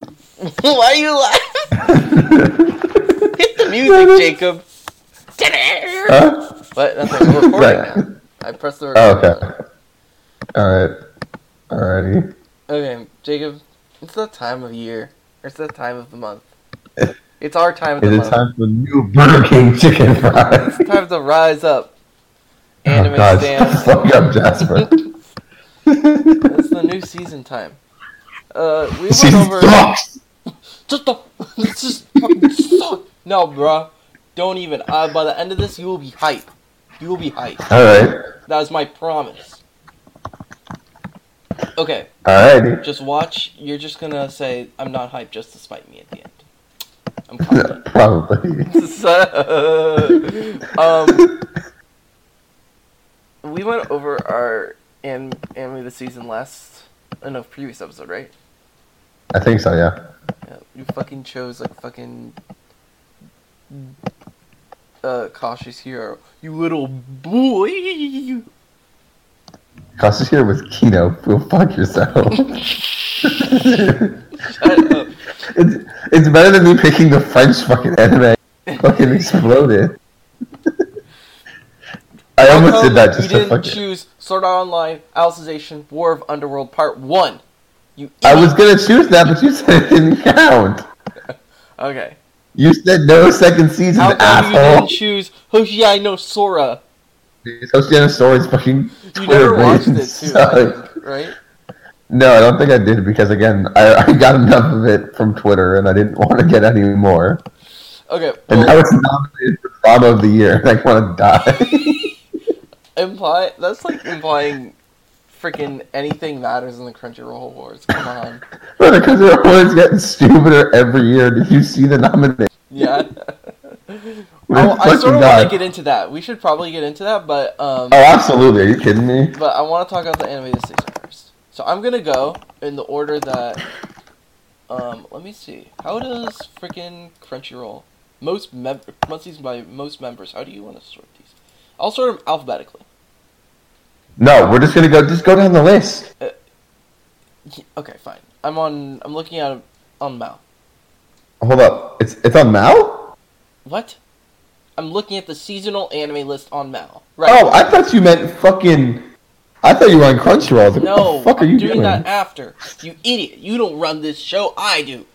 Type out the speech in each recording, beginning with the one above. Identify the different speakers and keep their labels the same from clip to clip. Speaker 1: Why are you laughing? Hit the music, Jacob.
Speaker 2: Huh?
Speaker 1: What? Nothing. We're recording
Speaker 2: Uh, Right.
Speaker 1: now. I pressed the
Speaker 2: Oh,
Speaker 1: record.
Speaker 2: okay. All right. Alrighty.
Speaker 1: button. Okay, Jacob. It's that time of year. It's that time of the month. It's our time of the
Speaker 2: Is
Speaker 1: month.
Speaker 2: it time for new Burger King chicken fries?
Speaker 1: It's time to rise up.
Speaker 2: Oh,
Speaker 1: Anime
Speaker 2: God.
Speaker 1: stand.
Speaker 2: Fuck up, Jasper.
Speaker 1: It's the new season time. Uh, we went
Speaker 2: Season
Speaker 1: over.
Speaker 2: sucks.
Speaker 1: Just the. This is fucking suck. No, bruh. Don't even. Uh, by the end of this, you will be hype. You will be hype.
Speaker 2: All right.
Speaker 1: That is my promise. Okay,
Speaker 2: Alrighty.
Speaker 1: just watch. You're just gonna say, I'm not hyped just to spite me at the end. I'm
Speaker 2: Yeah,
Speaker 1: confident.
Speaker 2: probably.
Speaker 1: um, we went over our an- anime of the season last, uh, no, previous episode, right?
Speaker 2: I think so. Yeah.
Speaker 1: Yeah, you fucking chose like fucking uh cautious hero. You little boy.
Speaker 2: Cause it's here with Kino. Go fuck yourself.
Speaker 1: Shut up.
Speaker 2: It's, it's better than me picking the French fucking anime. Fucking exploded. I
Speaker 1: How
Speaker 2: almost
Speaker 1: come
Speaker 2: did that just
Speaker 1: you
Speaker 2: to
Speaker 1: didn't
Speaker 2: fuck it.
Speaker 1: choose Sword Art Online, Alicization, War of Underworld Part One. You.
Speaker 2: I
Speaker 1: idiot.
Speaker 2: was gonna choose that, but you said it didn't count.
Speaker 1: okay.
Speaker 2: You said no second season,
Speaker 1: How come you
Speaker 2: asshole.
Speaker 1: didn't choose Hoshiai no Sora?
Speaker 2: It's Oceana Story's fucking
Speaker 1: You
Speaker 2: Twitter
Speaker 1: never watched
Speaker 2: brain
Speaker 1: it too, I
Speaker 2: sucks.
Speaker 1: think, right?
Speaker 2: No, I don't think I did because again, I, I got enough of it from Twitter, and I didn't want to get any more.
Speaker 1: Okay.
Speaker 2: And
Speaker 1: Well,
Speaker 2: now it's nominated for drama of the year, and I want to die.
Speaker 1: imply that's like implying freaking anything matters in the Crunchyroll Wars. Come on.
Speaker 2: But because they're always getting stupider every year. Did you see the nomination?
Speaker 1: Yeah.
Speaker 2: Oh,
Speaker 1: Oh, I sort of want to get into that. We should probably get into that, but um,
Speaker 2: Oh, absolutely. Are you kidding me?
Speaker 1: but I want to talk about the anime this season first. So I'm gonna go in the order that. Um, let me see. How does freaking Crunchyroll most mem- most season by most members? How do you want to sort these? I'll sort them alphabetically.
Speaker 2: No, we're just gonna go. Just go down the list.
Speaker 1: Yeah, Okay, fine. I'm on. I'm looking at on Mal.
Speaker 2: Hold up. It's it's on Mal.
Speaker 1: What? I'm looking at the seasonal anime list on Mal. Right.
Speaker 2: Oh, I thought you meant fucking. I thought you were on Crunchyroll. I was like,
Speaker 1: no,
Speaker 2: Oh, what the fuck are
Speaker 1: I'm
Speaker 2: you
Speaker 1: doing,
Speaker 2: doing?
Speaker 1: that after. You idiot! You don't run this show. I do.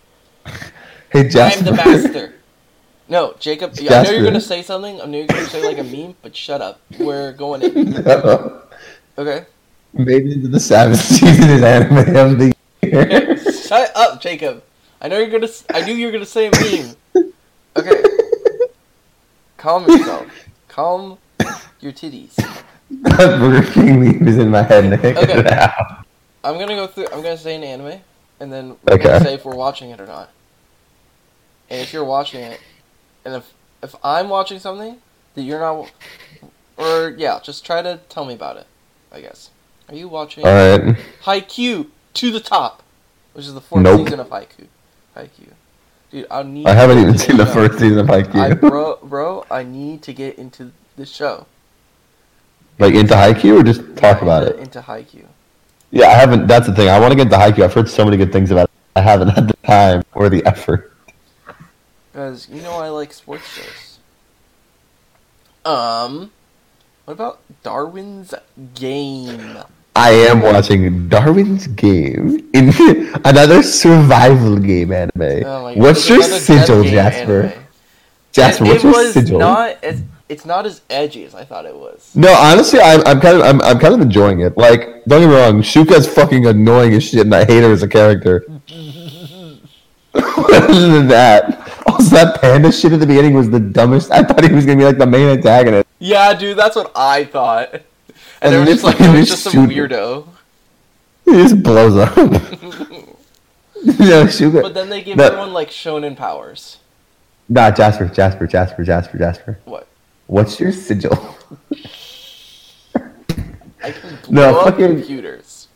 Speaker 2: Hey, Jasper.
Speaker 1: I'm the master. No, Jacob, I know
Speaker 2: Jasper.
Speaker 1: you're gonna say something. I know you're gonna say like a meme, but shut up. We're going in.
Speaker 2: no.
Speaker 1: Okay.
Speaker 2: Made it into the Savage season in anime of the year.
Speaker 1: shut up, Jacob. I know you're gonna. s- I knew you were gonna say a meme. Okay. Calm yourself. Calm your titties.
Speaker 2: that Burger King meme is in my head and I can't get
Speaker 1: Okay.
Speaker 2: it out.
Speaker 1: I'm gonna go through. I'm gonna say an anime, and then we're
Speaker 2: Okay.
Speaker 1: gonna say if we're watching it or not. And if you're watching it, and if if I'm watching something that you're not, or yeah, just try to tell me about it. I guess. Are you watching
Speaker 2: Alright.
Speaker 1: Haikyuu to the top, which is the fourth
Speaker 2: Nope.
Speaker 1: season of Haikyuu? Haikyuu, dude, I need.
Speaker 2: I
Speaker 1: to
Speaker 2: haven't
Speaker 1: get
Speaker 2: even
Speaker 1: into
Speaker 2: seen the
Speaker 1: show.
Speaker 2: first season of
Speaker 1: I,
Speaker 2: Haikyuu.
Speaker 1: bro, bro, I need to get into the show.
Speaker 2: like, into Haikyuu or just talk
Speaker 1: Yeah,
Speaker 2: about
Speaker 1: into,
Speaker 2: it?
Speaker 1: Into Haikyuu.
Speaker 2: Yeah, I haven't. That's the thing. I want to get into Haikyuu. I've heard so many good things about it. I haven't had the time or the effort.
Speaker 1: Because you know I like sports shows. Um, what about Darwin's Game?
Speaker 2: I am watching Darwin's Game, in another survival game anime.
Speaker 1: Oh my
Speaker 2: Eh, what's
Speaker 1: it's
Speaker 2: your
Speaker 1: another death
Speaker 2: sigil,
Speaker 1: game
Speaker 2: Jasper?
Speaker 1: anime.
Speaker 2: Jasper,
Speaker 1: it,
Speaker 2: what's
Speaker 1: it
Speaker 2: your
Speaker 1: was
Speaker 2: sigil?
Speaker 1: not as it's not as edgy as I thought it was.
Speaker 2: No, honestly, I'm, I'm kind of I'm, I'm kind of enjoying it. Like, don't get me wrong, Shuka's fucking annoying as shit, and I hate her as a character. Other than that, also that panda shit at the beginning was the dumbest. I thought he was gonna be like the main antagonist.
Speaker 1: Yeah, dude, that's what I thought. And,
Speaker 2: And
Speaker 1: it was
Speaker 2: this
Speaker 1: just like
Speaker 2: thing
Speaker 1: it was
Speaker 2: is
Speaker 1: just some
Speaker 2: stupid.
Speaker 1: weirdo.
Speaker 2: He just blows up. no, Shuka.
Speaker 1: But then they give
Speaker 2: No.
Speaker 1: everyone like shonen powers.
Speaker 2: nah, Jasper, Jasper, Jasper, Jasper, Jasper.
Speaker 1: What?
Speaker 2: What's your sigil?
Speaker 1: I can blow
Speaker 2: No,
Speaker 1: up
Speaker 2: fucking-
Speaker 1: computers.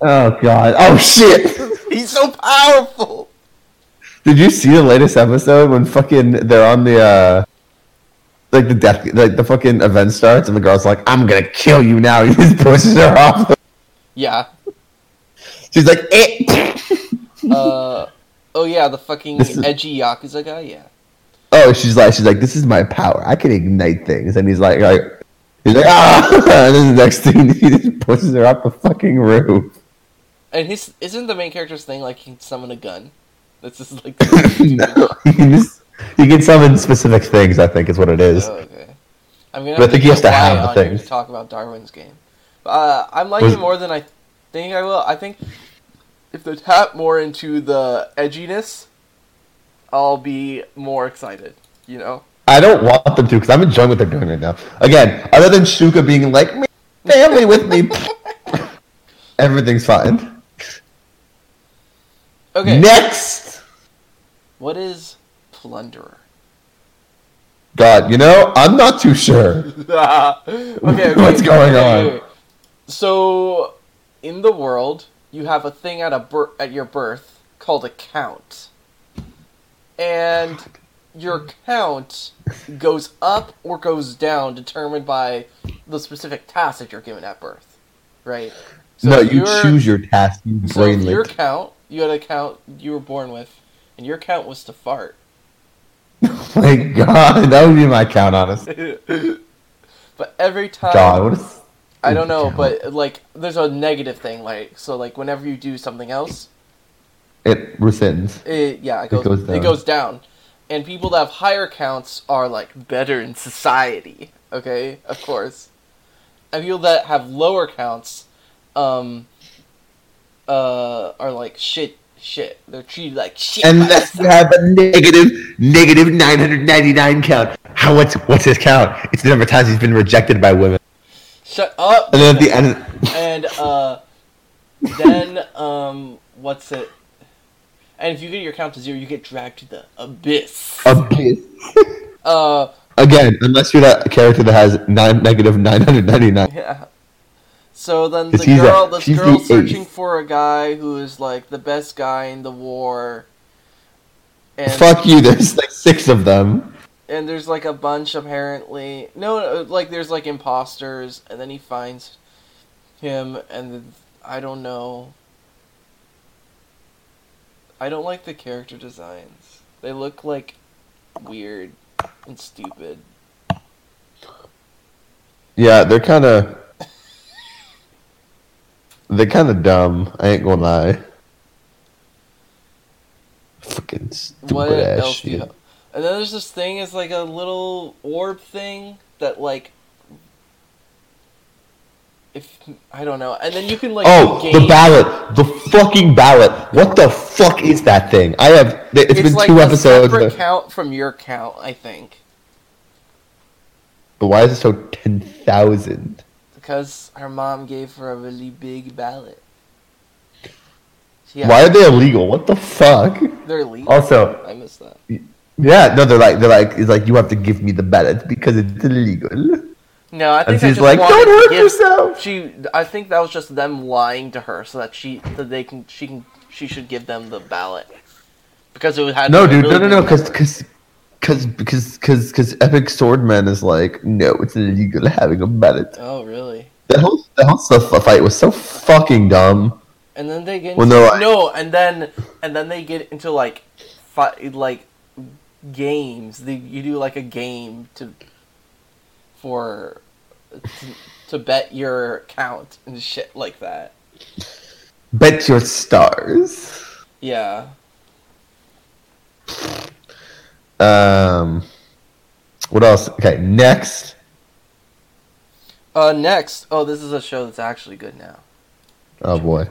Speaker 2: Oh god. Oh shit.
Speaker 1: He's so powerful.
Speaker 2: Did you see the latest episode when fucking they're on the uh like the death like the fucking event starts and the girl's like, I'm gonna kill you now. He just pushes her off.
Speaker 1: Yeah.
Speaker 2: She's like, eh.
Speaker 1: Uh, Oh yeah, the fucking
Speaker 2: This is-
Speaker 1: edgy yakuza guy. Yeah.
Speaker 2: Oh, she's like, she's like, this is my power. I can ignite things. And he's like, like he's like, ah. And then the next thing, he just pushes her off the fucking roof.
Speaker 1: And his isn't the main character's thing like he can summon a gun? This is like.
Speaker 2: no, you can just you can summon specific things. I think is what it is.
Speaker 1: Oh, okay. I'm gonna.
Speaker 2: But I think he has
Speaker 1: get
Speaker 2: to have
Speaker 1: Wyatt
Speaker 2: the
Speaker 1: on here
Speaker 2: things.
Speaker 1: To talk about Darwin's game, uh, I'm
Speaker 2: Was-
Speaker 1: liking it more than I think I will. I think if they tap more into the edginess, I'll be more excited. You know.
Speaker 2: I don't want them to because I'm enjoying what they're doing right now. Again, other than Shuka being like, "Me- family with me, everything's fine.
Speaker 1: Okay.
Speaker 2: Next,
Speaker 1: what is plunderer?
Speaker 2: God, you know, I'm not too sure.
Speaker 1: okay, okay.
Speaker 2: What's going
Speaker 1: okay,
Speaker 2: on?
Speaker 1: wait, wait. So, in the world, you have a thing at a bir- at your birth called a count, and your count goes up or goes down, determined by the specific task that you're given at birth, right? So
Speaker 2: no,
Speaker 1: if
Speaker 2: you
Speaker 1: you're-
Speaker 2: choose your task.
Speaker 1: So
Speaker 2: You
Speaker 1: if
Speaker 2: brain
Speaker 1: your
Speaker 2: lick.
Speaker 1: count, you had a count you were born with, and your count was to fart.
Speaker 2: My God, that would be my count, honestly.
Speaker 1: but every time
Speaker 2: God, what is?
Speaker 1: I don't know,
Speaker 2: Damn.
Speaker 1: but like, there's a negative thing, like, so like, whenever you do something else,
Speaker 2: It rescinds.
Speaker 1: it yeah, it goes, it
Speaker 2: goes
Speaker 1: goes down.
Speaker 2: down.
Speaker 1: and people that have higher counts are like better in society. Okay, of course, and people that have lower counts, um, uh, are like shit, shit. They're treated like shit. by
Speaker 2: Unless you
Speaker 1: society.
Speaker 2: have a negative, negative 999 count. How what's what's his count? It's the number of times he's been rejected by women.
Speaker 1: shut up.
Speaker 2: And then at the end,
Speaker 1: and uh, then um, what's it? And if you get your count to zero, you get dragged to the abyss.
Speaker 2: abyss.
Speaker 1: Uh,
Speaker 2: Again, unless you're that character that has nine negative nine hundred ninety nine.
Speaker 1: yeah. So then the
Speaker 2: 'Cause he's a-
Speaker 1: girl, this
Speaker 2: she's the
Speaker 1: girl
Speaker 2: ace.
Speaker 1: searching for a guy who is like the best guy in the war. And,
Speaker 2: Fuck you. There's like six of them.
Speaker 1: and there's like a bunch apparently. No, no, like there's like imposters, and then he finds him, and then- I don't know. I don't like the character designs. They look like weird and stupid.
Speaker 2: Yeah, they're kind of they're kind of dumb. I ain't gonna lie. Fucking stupid
Speaker 1: what
Speaker 2: ass
Speaker 1: else do you
Speaker 2: shit.
Speaker 1: have? And then there's this thing is like a little orb thing that like if I don't know. And then you can like
Speaker 2: oh,
Speaker 1: gain-
Speaker 2: the ballot, the fucking ballot. What the fuck is that thing? I have. th-
Speaker 1: it's
Speaker 2: it's been
Speaker 1: like
Speaker 2: two
Speaker 1: a
Speaker 2: episodes.
Speaker 1: separate
Speaker 2: but-
Speaker 1: count from your count, I think,
Speaker 2: But why is it so ten thousand?
Speaker 1: because her mom gave her a really big ballot. Yeah,
Speaker 2: Why are they illegal? What the fuck?
Speaker 1: they're legal.
Speaker 2: Also,
Speaker 1: I missed that.
Speaker 2: Yeah, no, they're like they're like it's like you have to give me the ballot because it's illegal.
Speaker 1: No, I
Speaker 2: And
Speaker 1: think I
Speaker 2: she's
Speaker 1: just
Speaker 2: like,
Speaker 1: wanted
Speaker 2: "Don't
Speaker 1: to
Speaker 2: hurt
Speaker 1: give-
Speaker 2: yourself."
Speaker 1: She, I think that was just them lying to her so that she, that they can, she can, she should give them the ballot because it had
Speaker 2: No,
Speaker 1: a
Speaker 2: dude,
Speaker 1: really
Speaker 2: no, no, no,
Speaker 1: big-
Speaker 2: because because because because because because Epic Swordman is like, no, it's illegal having a ballot.
Speaker 1: Oh, really?
Speaker 2: That whole that whole stuff, fight was so fucking dumb.
Speaker 1: And then they get
Speaker 2: Well,
Speaker 1: into,
Speaker 2: no, I-
Speaker 1: no, and then and then they get into like, fi- like games. They, you do like a game to for to, to bet your count and shit like that.
Speaker 2: Bet your stars.
Speaker 1: Yeah.
Speaker 2: Um, what else? Okay, next.
Speaker 1: Uh, next. Oh, this is a show that's actually good now.
Speaker 2: Oh boy.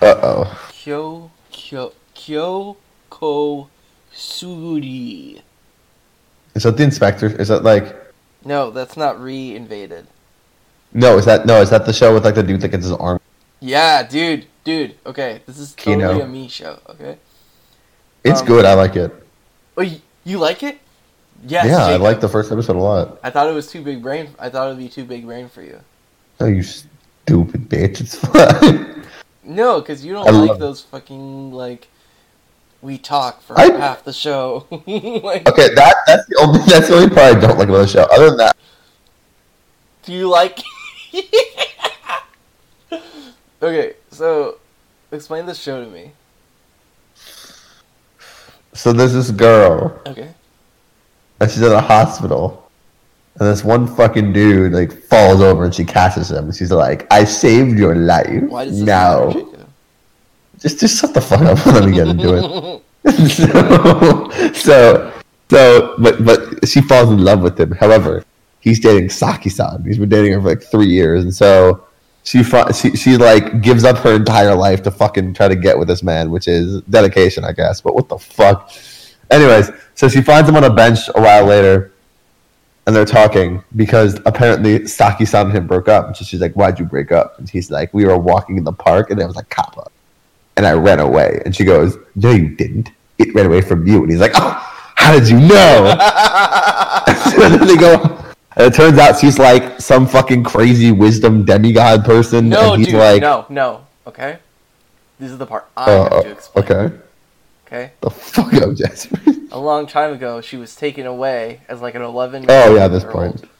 Speaker 2: Uh oh.
Speaker 1: Kyo Kyo Kyoko Suri.
Speaker 2: Is that the inspector? Is that like?
Speaker 1: No, that's not re-invaded.
Speaker 2: No, is that no? Is that the show with like the dude that gets his arm?
Speaker 1: Yeah, dude, dude. Okay, this is
Speaker 2: Kino.
Speaker 1: totally a me show. Okay.
Speaker 2: It's
Speaker 1: Um,
Speaker 2: good. I like it.
Speaker 1: Oh, you, you like it? Yes.
Speaker 2: yeah, I
Speaker 1: Jacob.
Speaker 2: like the first episode a lot.
Speaker 1: I thought it was too big brain. I thought it would be too big brain for you.
Speaker 2: Oh, you stupid bitch. It's fine.
Speaker 1: No, because you don't
Speaker 2: I
Speaker 1: like
Speaker 2: love-
Speaker 1: those fucking like. We talk for
Speaker 2: I-
Speaker 1: half the show. like,
Speaker 2: okay, that that's the only that's the only part I don't like about the show. Other than that,
Speaker 1: Do you like? okay, so explain this show to me.
Speaker 2: So there's this girl,
Speaker 1: Okay.
Speaker 2: and she's at a hospital, and this one fucking dude like falls over and she catches him, and she's like, "I saved your life."
Speaker 1: Why does this
Speaker 2: no,
Speaker 1: matter, Jacob?
Speaker 2: just just shut the fuck up and let me get into it. so, so, so, but but she falls in love with him. However, he's dating Saki-san. He's been dating her for like three years, and so she fi- she she like gives up her entire life to fucking try to get with this man, which is dedication, I guess. But what the fuck? Anyways, so she finds him on a bench a while later, and they're talking because apparently Saki-san and him broke up. And so she's like, "Why'd you break up?" And he's like, "We were walking in the park, and there was a cop up." and I ran away. And she goes, No, you didn't. It ran away from you. And he's like, Oh, how did you know? and then they go, and it turns out she's like some fucking crazy wisdom demigod person.
Speaker 1: no,
Speaker 2: and he's
Speaker 1: dude.
Speaker 2: like,
Speaker 1: no, no. Okay. This is the part I
Speaker 2: "Oh,
Speaker 1: have to explain.
Speaker 2: okay.
Speaker 1: Okay.
Speaker 2: The fuck up, Jasper.
Speaker 1: A long time ago, she was taken away as like an 11.
Speaker 2: oh, yeah, this
Speaker 1: year old,
Speaker 2: point.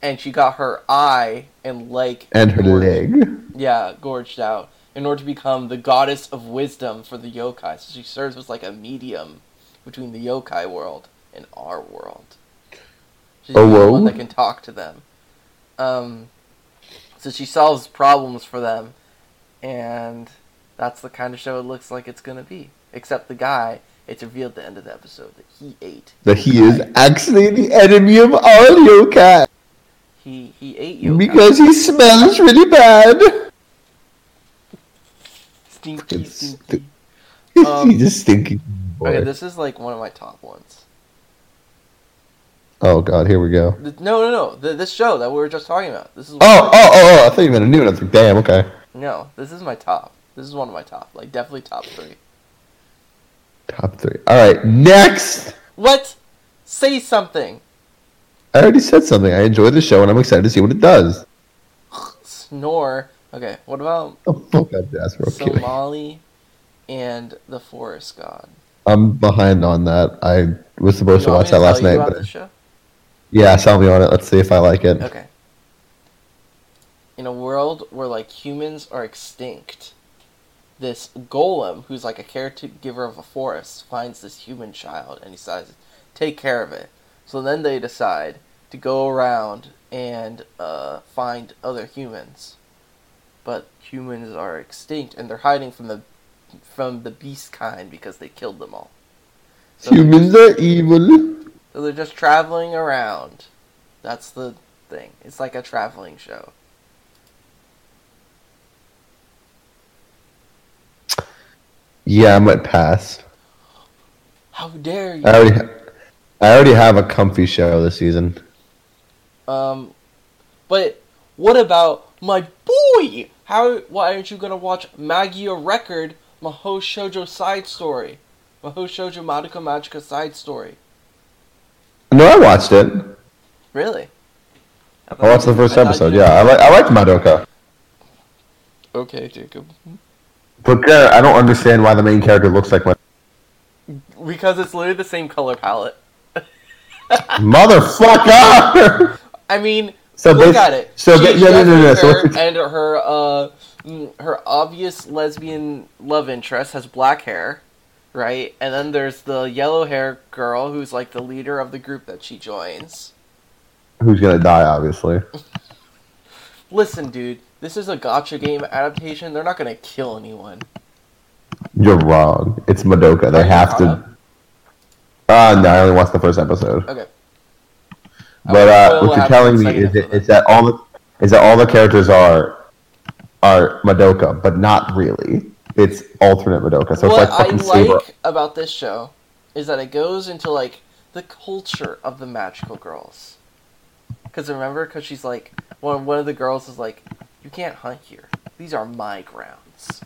Speaker 1: And she got her eye and leg
Speaker 2: And her
Speaker 1: gorged-
Speaker 2: leg.
Speaker 1: Yeah, gorged out in order to become the goddess of wisdom for the yokai. So she serves as like a medium between the yokai world and our world. She's
Speaker 2: Oh,
Speaker 1: the only one
Speaker 2: whoa.
Speaker 1: that can talk to them. Um, so she solves problems for them, and that's the kind of show it looks like it's gonna be. Except the guy, it's revealed at the end of the episode that he ate.
Speaker 2: That he is actually the enemy of all yokai.
Speaker 1: He he ate yokai.
Speaker 2: Because he smells really bad.
Speaker 1: stinky,
Speaker 2: Fucking
Speaker 1: stinky. Um,
Speaker 2: he's just stinky. Boy.
Speaker 1: Okay, this is like one of my top ones.
Speaker 2: oh, God, here we go.
Speaker 1: Th- No, no, no. Th this show that we were just talking about. This is
Speaker 2: Oh, oh, oh, oh! I thought you meant a new one. I was like, damn, okay.
Speaker 1: no. This is my top. This is one of my top. Like definitely top three.
Speaker 2: Top three. All right, next.
Speaker 1: What? Say something.
Speaker 2: I already said something. I enjoy the show, and I'm excited to see what it does.
Speaker 1: Snore. Okay. What about
Speaker 2: Oh fuck, that Jasper. Okay.
Speaker 1: Somali and the Forest God?
Speaker 2: I'm behind on that. I was supposed
Speaker 1: You
Speaker 2: to
Speaker 1: want
Speaker 2: watch
Speaker 1: me
Speaker 2: that
Speaker 1: tell
Speaker 2: last
Speaker 1: you
Speaker 2: night,
Speaker 1: about
Speaker 2: but
Speaker 1: this show?
Speaker 2: yeah, sell me on it. Let's see if I like it.
Speaker 1: Okay. In a world where like humans are extinct, this golem who's like a caregiver of a forest finds this human child and he decides to take care of it. So then they decide to go around and uh, find other humans, but humans are extinct and they're hiding from the from the beast kind because they killed them all. So they're
Speaker 2: Humans are evil.
Speaker 1: so they're just traveling around. That's the thing. It's like a traveling show.
Speaker 2: Yeah, I might pass.
Speaker 1: How dare you?
Speaker 2: I already, ha- I already have a comfy show this season.
Speaker 1: um, but what about my boy? How? Why aren't you gonna watch Magia Record, Mahou Shoujo Side Story, Mahou Shoujo Madoka Magica Side Story?
Speaker 2: No, I watched it.
Speaker 1: Really?
Speaker 2: I watched the
Speaker 1: I
Speaker 2: first
Speaker 1: thought
Speaker 2: episode.
Speaker 1: you-
Speaker 2: Yeah, I like, I liked Madoka.
Speaker 1: Okay, Jacob.
Speaker 2: But uh, I don't understand why the main character looks like my
Speaker 1: Because it's literally the same color palette.
Speaker 2: motherfucker.
Speaker 1: I mean,
Speaker 2: So
Speaker 1: look
Speaker 2: basi-
Speaker 1: at it.
Speaker 2: so ba-
Speaker 1: She's
Speaker 2: yeah, no, no, no, so
Speaker 1: definitely
Speaker 2: it's-
Speaker 1: her, and her uh, mm, her obvious lesbian love interest has black hair, right? And then there's the yellow hair girl who's like the leader of the group that she joins.
Speaker 2: Who's gonna die? Obviously.
Speaker 1: Listen, dude, this is a gotcha game adaptation. They're not gonna kill anyone.
Speaker 2: You're wrong. It's Madoka. They
Speaker 1: Are you
Speaker 2: have
Speaker 1: caught
Speaker 2: to.
Speaker 1: up?
Speaker 2: Uh, no, I only watched the first episode.
Speaker 1: Okay. I
Speaker 2: But
Speaker 1: won't
Speaker 2: uh,
Speaker 1: spoil
Speaker 2: what you're
Speaker 1: happens in
Speaker 2: telling
Speaker 1: the
Speaker 2: me
Speaker 1: second
Speaker 2: is that,
Speaker 1: episode.
Speaker 2: is that all the is that all the characters are are Madoka, but not really. It's alternate Madoka, so
Speaker 1: what
Speaker 2: it's like fucking
Speaker 1: I like
Speaker 2: Saber.
Speaker 1: about this show is that it goes into like the culture of the magical girls. Because remember, because she's like one one of the girls is like, you can't hunt here. These are my grounds.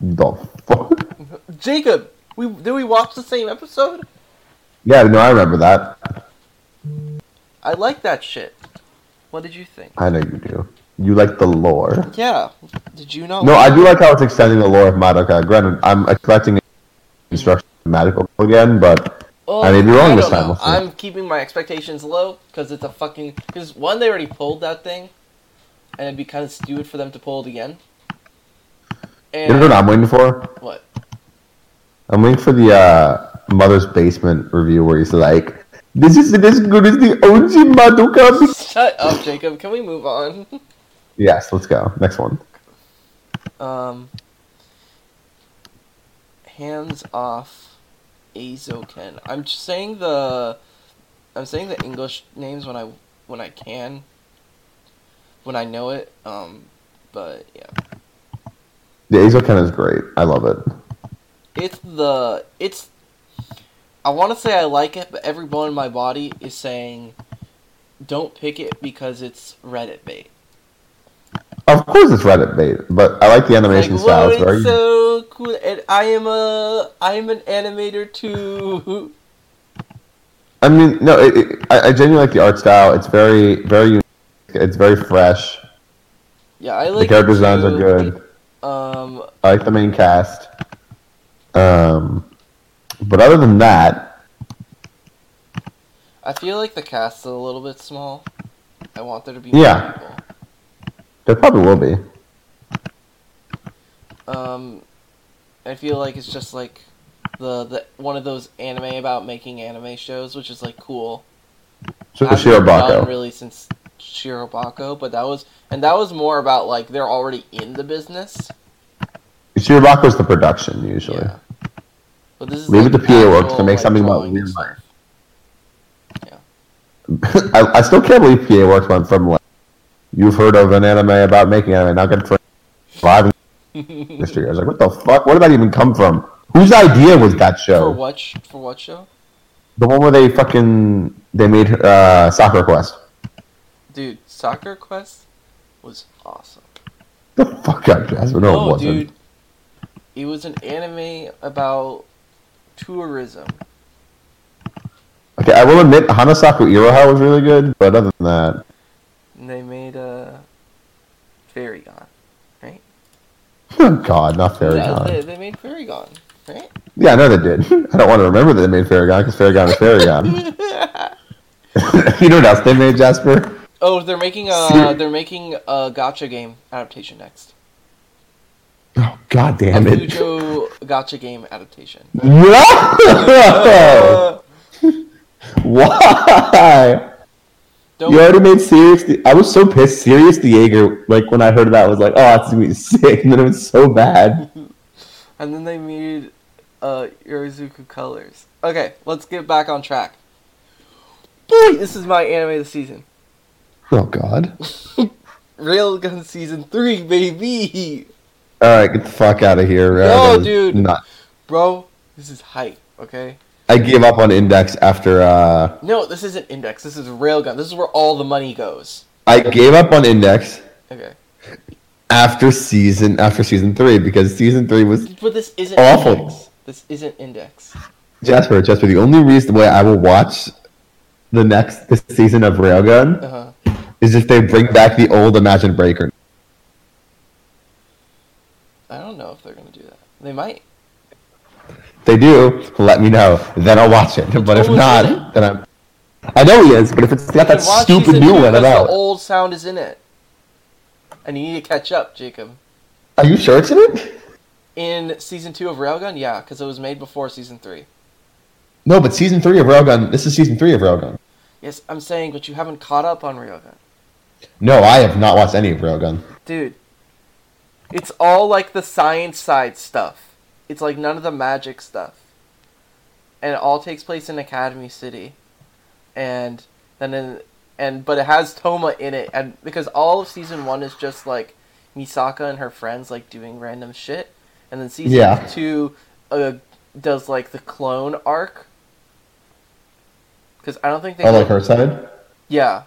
Speaker 2: The fuck?
Speaker 1: Jacob, we did we watch the same episode?
Speaker 2: Yeah, no, I remember that.
Speaker 1: I like that shit. What did you think?
Speaker 2: I know you do. You like the lore.
Speaker 1: Yeah, did you not?
Speaker 2: No, I do like how it's extending the lore of Madoka. Granted, I'm expecting instruction from Magical again, but
Speaker 1: Oh,
Speaker 2: I may be wrong
Speaker 1: I
Speaker 2: this
Speaker 1: don't
Speaker 2: time,
Speaker 1: know.
Speaker 2: we'll see.
Speaker 1: I'm keeping my expectations low because it's a fucking. Because one, they already pulled that thing, and it'd be kind of stupid for them to pull it again.
Speaker 2: you know
Speaker 1: And
Speaker 2: what I'm waiting for?
Speaker 1: what?
Speaker 2: I'm waiting for the uh, Mother's Basement review where he's like, "This isn't as good as the OG Madoka."
Speaker 1: Shut up, Jacob. Can we move on?
Speaker 2: Yes, let's go. Next one.
Speaker 1: Um, hands off Azoken. I'm just saying the I'm saying the English names when I when I can when I know it. Um, but yeah,
Speaker 2: The Azoken is great. I love it.
Speaker 1: it's the it's I want to say I like it, but every bone in my body is saying don't pick it because it's Reddit bait.
Speaker 2: Of course, it's Reddit bait, but I like the animation
Speaker 1: like,
Speaker 2: style.
Speaker 1: whoa,
Speaker 2: It's very
Speaker 1: it's so cool, and I am a I am an animator too.
Speaker 2: I mean, no, it, it, I, I genuinely like the art style. It's very, very unique. It's very fresh.
Speaker 1: Yeah, I like
Speaker 2: the character
Speaker 1: it,
Speaker 2: designs are
Speaker 1: too.
Speaker 2: good.
Speaker 1: Um,
Speaker 2: I like the main cast. Um, but other than that,
Speaker 1: I feel like the cast is a little bit small. I want there to be
Speaker 2: Yeah.
Speaker 1: more
Speaker 2: there probably will be.
Speaker 1: people. Um, I feel like it's just like the the one of those anime about making anime shows, which is like cool.
Speaker 2: Sh-
Speaker 1: Hasn't been done
Speaker 2: Shirobako.
Speaker 1: really since Shirobako, but that was and that was more about like they're already in the business.
Speaker 2: Shirabako's the production usually.
Speaker 1: Yeah. But this is
Speaker 2: Leave
Speaker 1: like
Speaker 2: it to PA works to
Speaker 1: actual,
Speaker 2: make
Speaker 1: like,
Speaker 2: something about
Speaker 1: drawing and
Speaker 2: weird
Speaker 1: stuff.
Speaker 2: I, I still can't believe PA works went from like you've heard of an anime about making anime, not good for surviving industry. I was like, what the fuck? Where did that even come from? Whose idea was that
Speaker 1: for
Speaker 2: show?
Speaker 1: what? sh- For what show?
Speaker 2: The one where they fucking they made uh, Soccer Quest.
Speaker 1: Dude, Soccer Quest was awesome.
Speaker 2: The fuck up, Jasmine. No, it
Speaker 1: oh,
Speaker 2: wasn't.
Speaker 1: dude. It was an anime about tourism.
Speaker 2: Okay, I will admit Hanasaku Iroha was really good, but other than that,
Speaker 1: And they made a Fairy Gone.
Speaker 2: oh god, not
Speaker 1: yeah,
Speaker 2: Faragon.
Speaker 1: They, they made Fairy Gone, right?
Speaker 2: Yeah, I know they did. I don't want to remember that they made Faragon because Faragon is Faragon. you know what else they made, Jasper?
Speaker 1: oh, they're making a
Speaker 2: Ser-
Speaker 1: they're making a gotcha game adaptation next.
Speaker 2: Oh god
Speaker 1: A
Speaker 2: damn it.
Speaker 1: Fujo gotcha game adaptation. Uh,
Speaker 2: No! Why?
Speaker 1: don't
Speaker 2: You already made serious. I was so pissed. Serious Jaeger, like when I heard that, I was like, "Oh, that's gonna be sick," and then it was so bad.
Speaker 1: And then they made uh, Irizuku Colors. Okay, let's get back on track. Boy, this is my anime of the season.
Speaker 2: Oh God!
Speaker 1: Railgun Season 3, baby!
Speaker 2: All right, get the fuck out of here.
Speaker 1: No,
Speaker 2: Uh, that was
Speaker 1: dude.
Speaker 2: Not.
Speaker 1: Bro, this is hype, okay?
Speaker 2: I gave up on Index after. uh
Speaker 1: No, this isn't Index. This is Railgun. This is where all the money goes.
Speaker 2: I gave up on Index
Speaker 1: Okay.
Speaker 2: after season after season three because season three was
Speaker 1: But this isn't
Speaker 2: Awful.
Speaker 1: Index. This isn't Index.
Speaker 2: Jasper. Jasper, the only reason why I will watch the next the season of Railgun
Speaker 1: Uh-huh.
Speaker 2: is if they bring back the old Imagine Breaker.
Speaker 1: I don't know if they're going to do that. They might.
Speaker 2: they do, let me know. Then I'll watch it. But if
Speaker 1: always
Speaker 2: not, then I'm. I know he is, but if it's got that
Speaker 1: You watch
Speaker 2: stupid
Speaker 1: season
Speaker 2: new
Speaker 1: two
Speaker 2: one, I'm
Speaker 1: because
Speaker 2: out.
Speaker 1: The old sound is in it. And you need to catch up, Jacob.
Speaker 2: Are you sure it's in it?
Speaker 1: in season two of Railgun? Yeah, because it was made before season three.
Speaker 2: No, but season three of Railgun. This is season three of Railgun.
Speaker 1: Yes, I'm saying, but you haven't caught up on Railgun,
Speaker 2: No, I have not watched any of Railgun.
Speaker 1: dude. It's all like the science side stuff. It's like none of the magic stuff, and it all takes place in Academy City, and then in, and but it has Toma in it, and because all of season one is just like Misaka and her friends like doing random shit, and then season
Speaker 2: Yeah.
Speaker 1: two uh, does like the clone arc. Because I don't think they
Speaker 2: Oh, like her side?
Speaker 1: Yeah.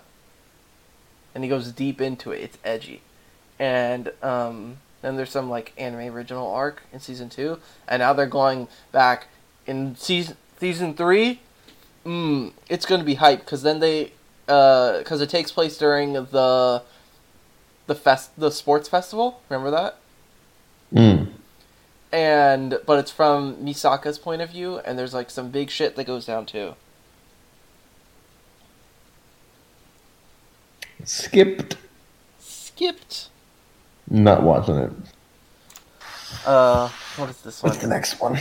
Speaker 1: And he goes deep into it. It's edgy. And um, then there's some like anime original arc in season two, and now they're going back in season season three. Mm, it's gonna be hype because then they because it takes place during the the fest the sports festival. Remember that?
Speaker 2: Mm.
Speaker 1: And but it's from Misaka's point of view, and there's like some big shit that goes down too.
Speaker 2: Skipped.
Speaker 1: Skipped.
Speaker 2: Not watching it.
Speaker 1: Uh, What is this
Speaker 2: What's the
Speaker 1: one?
Speaker 2: next one?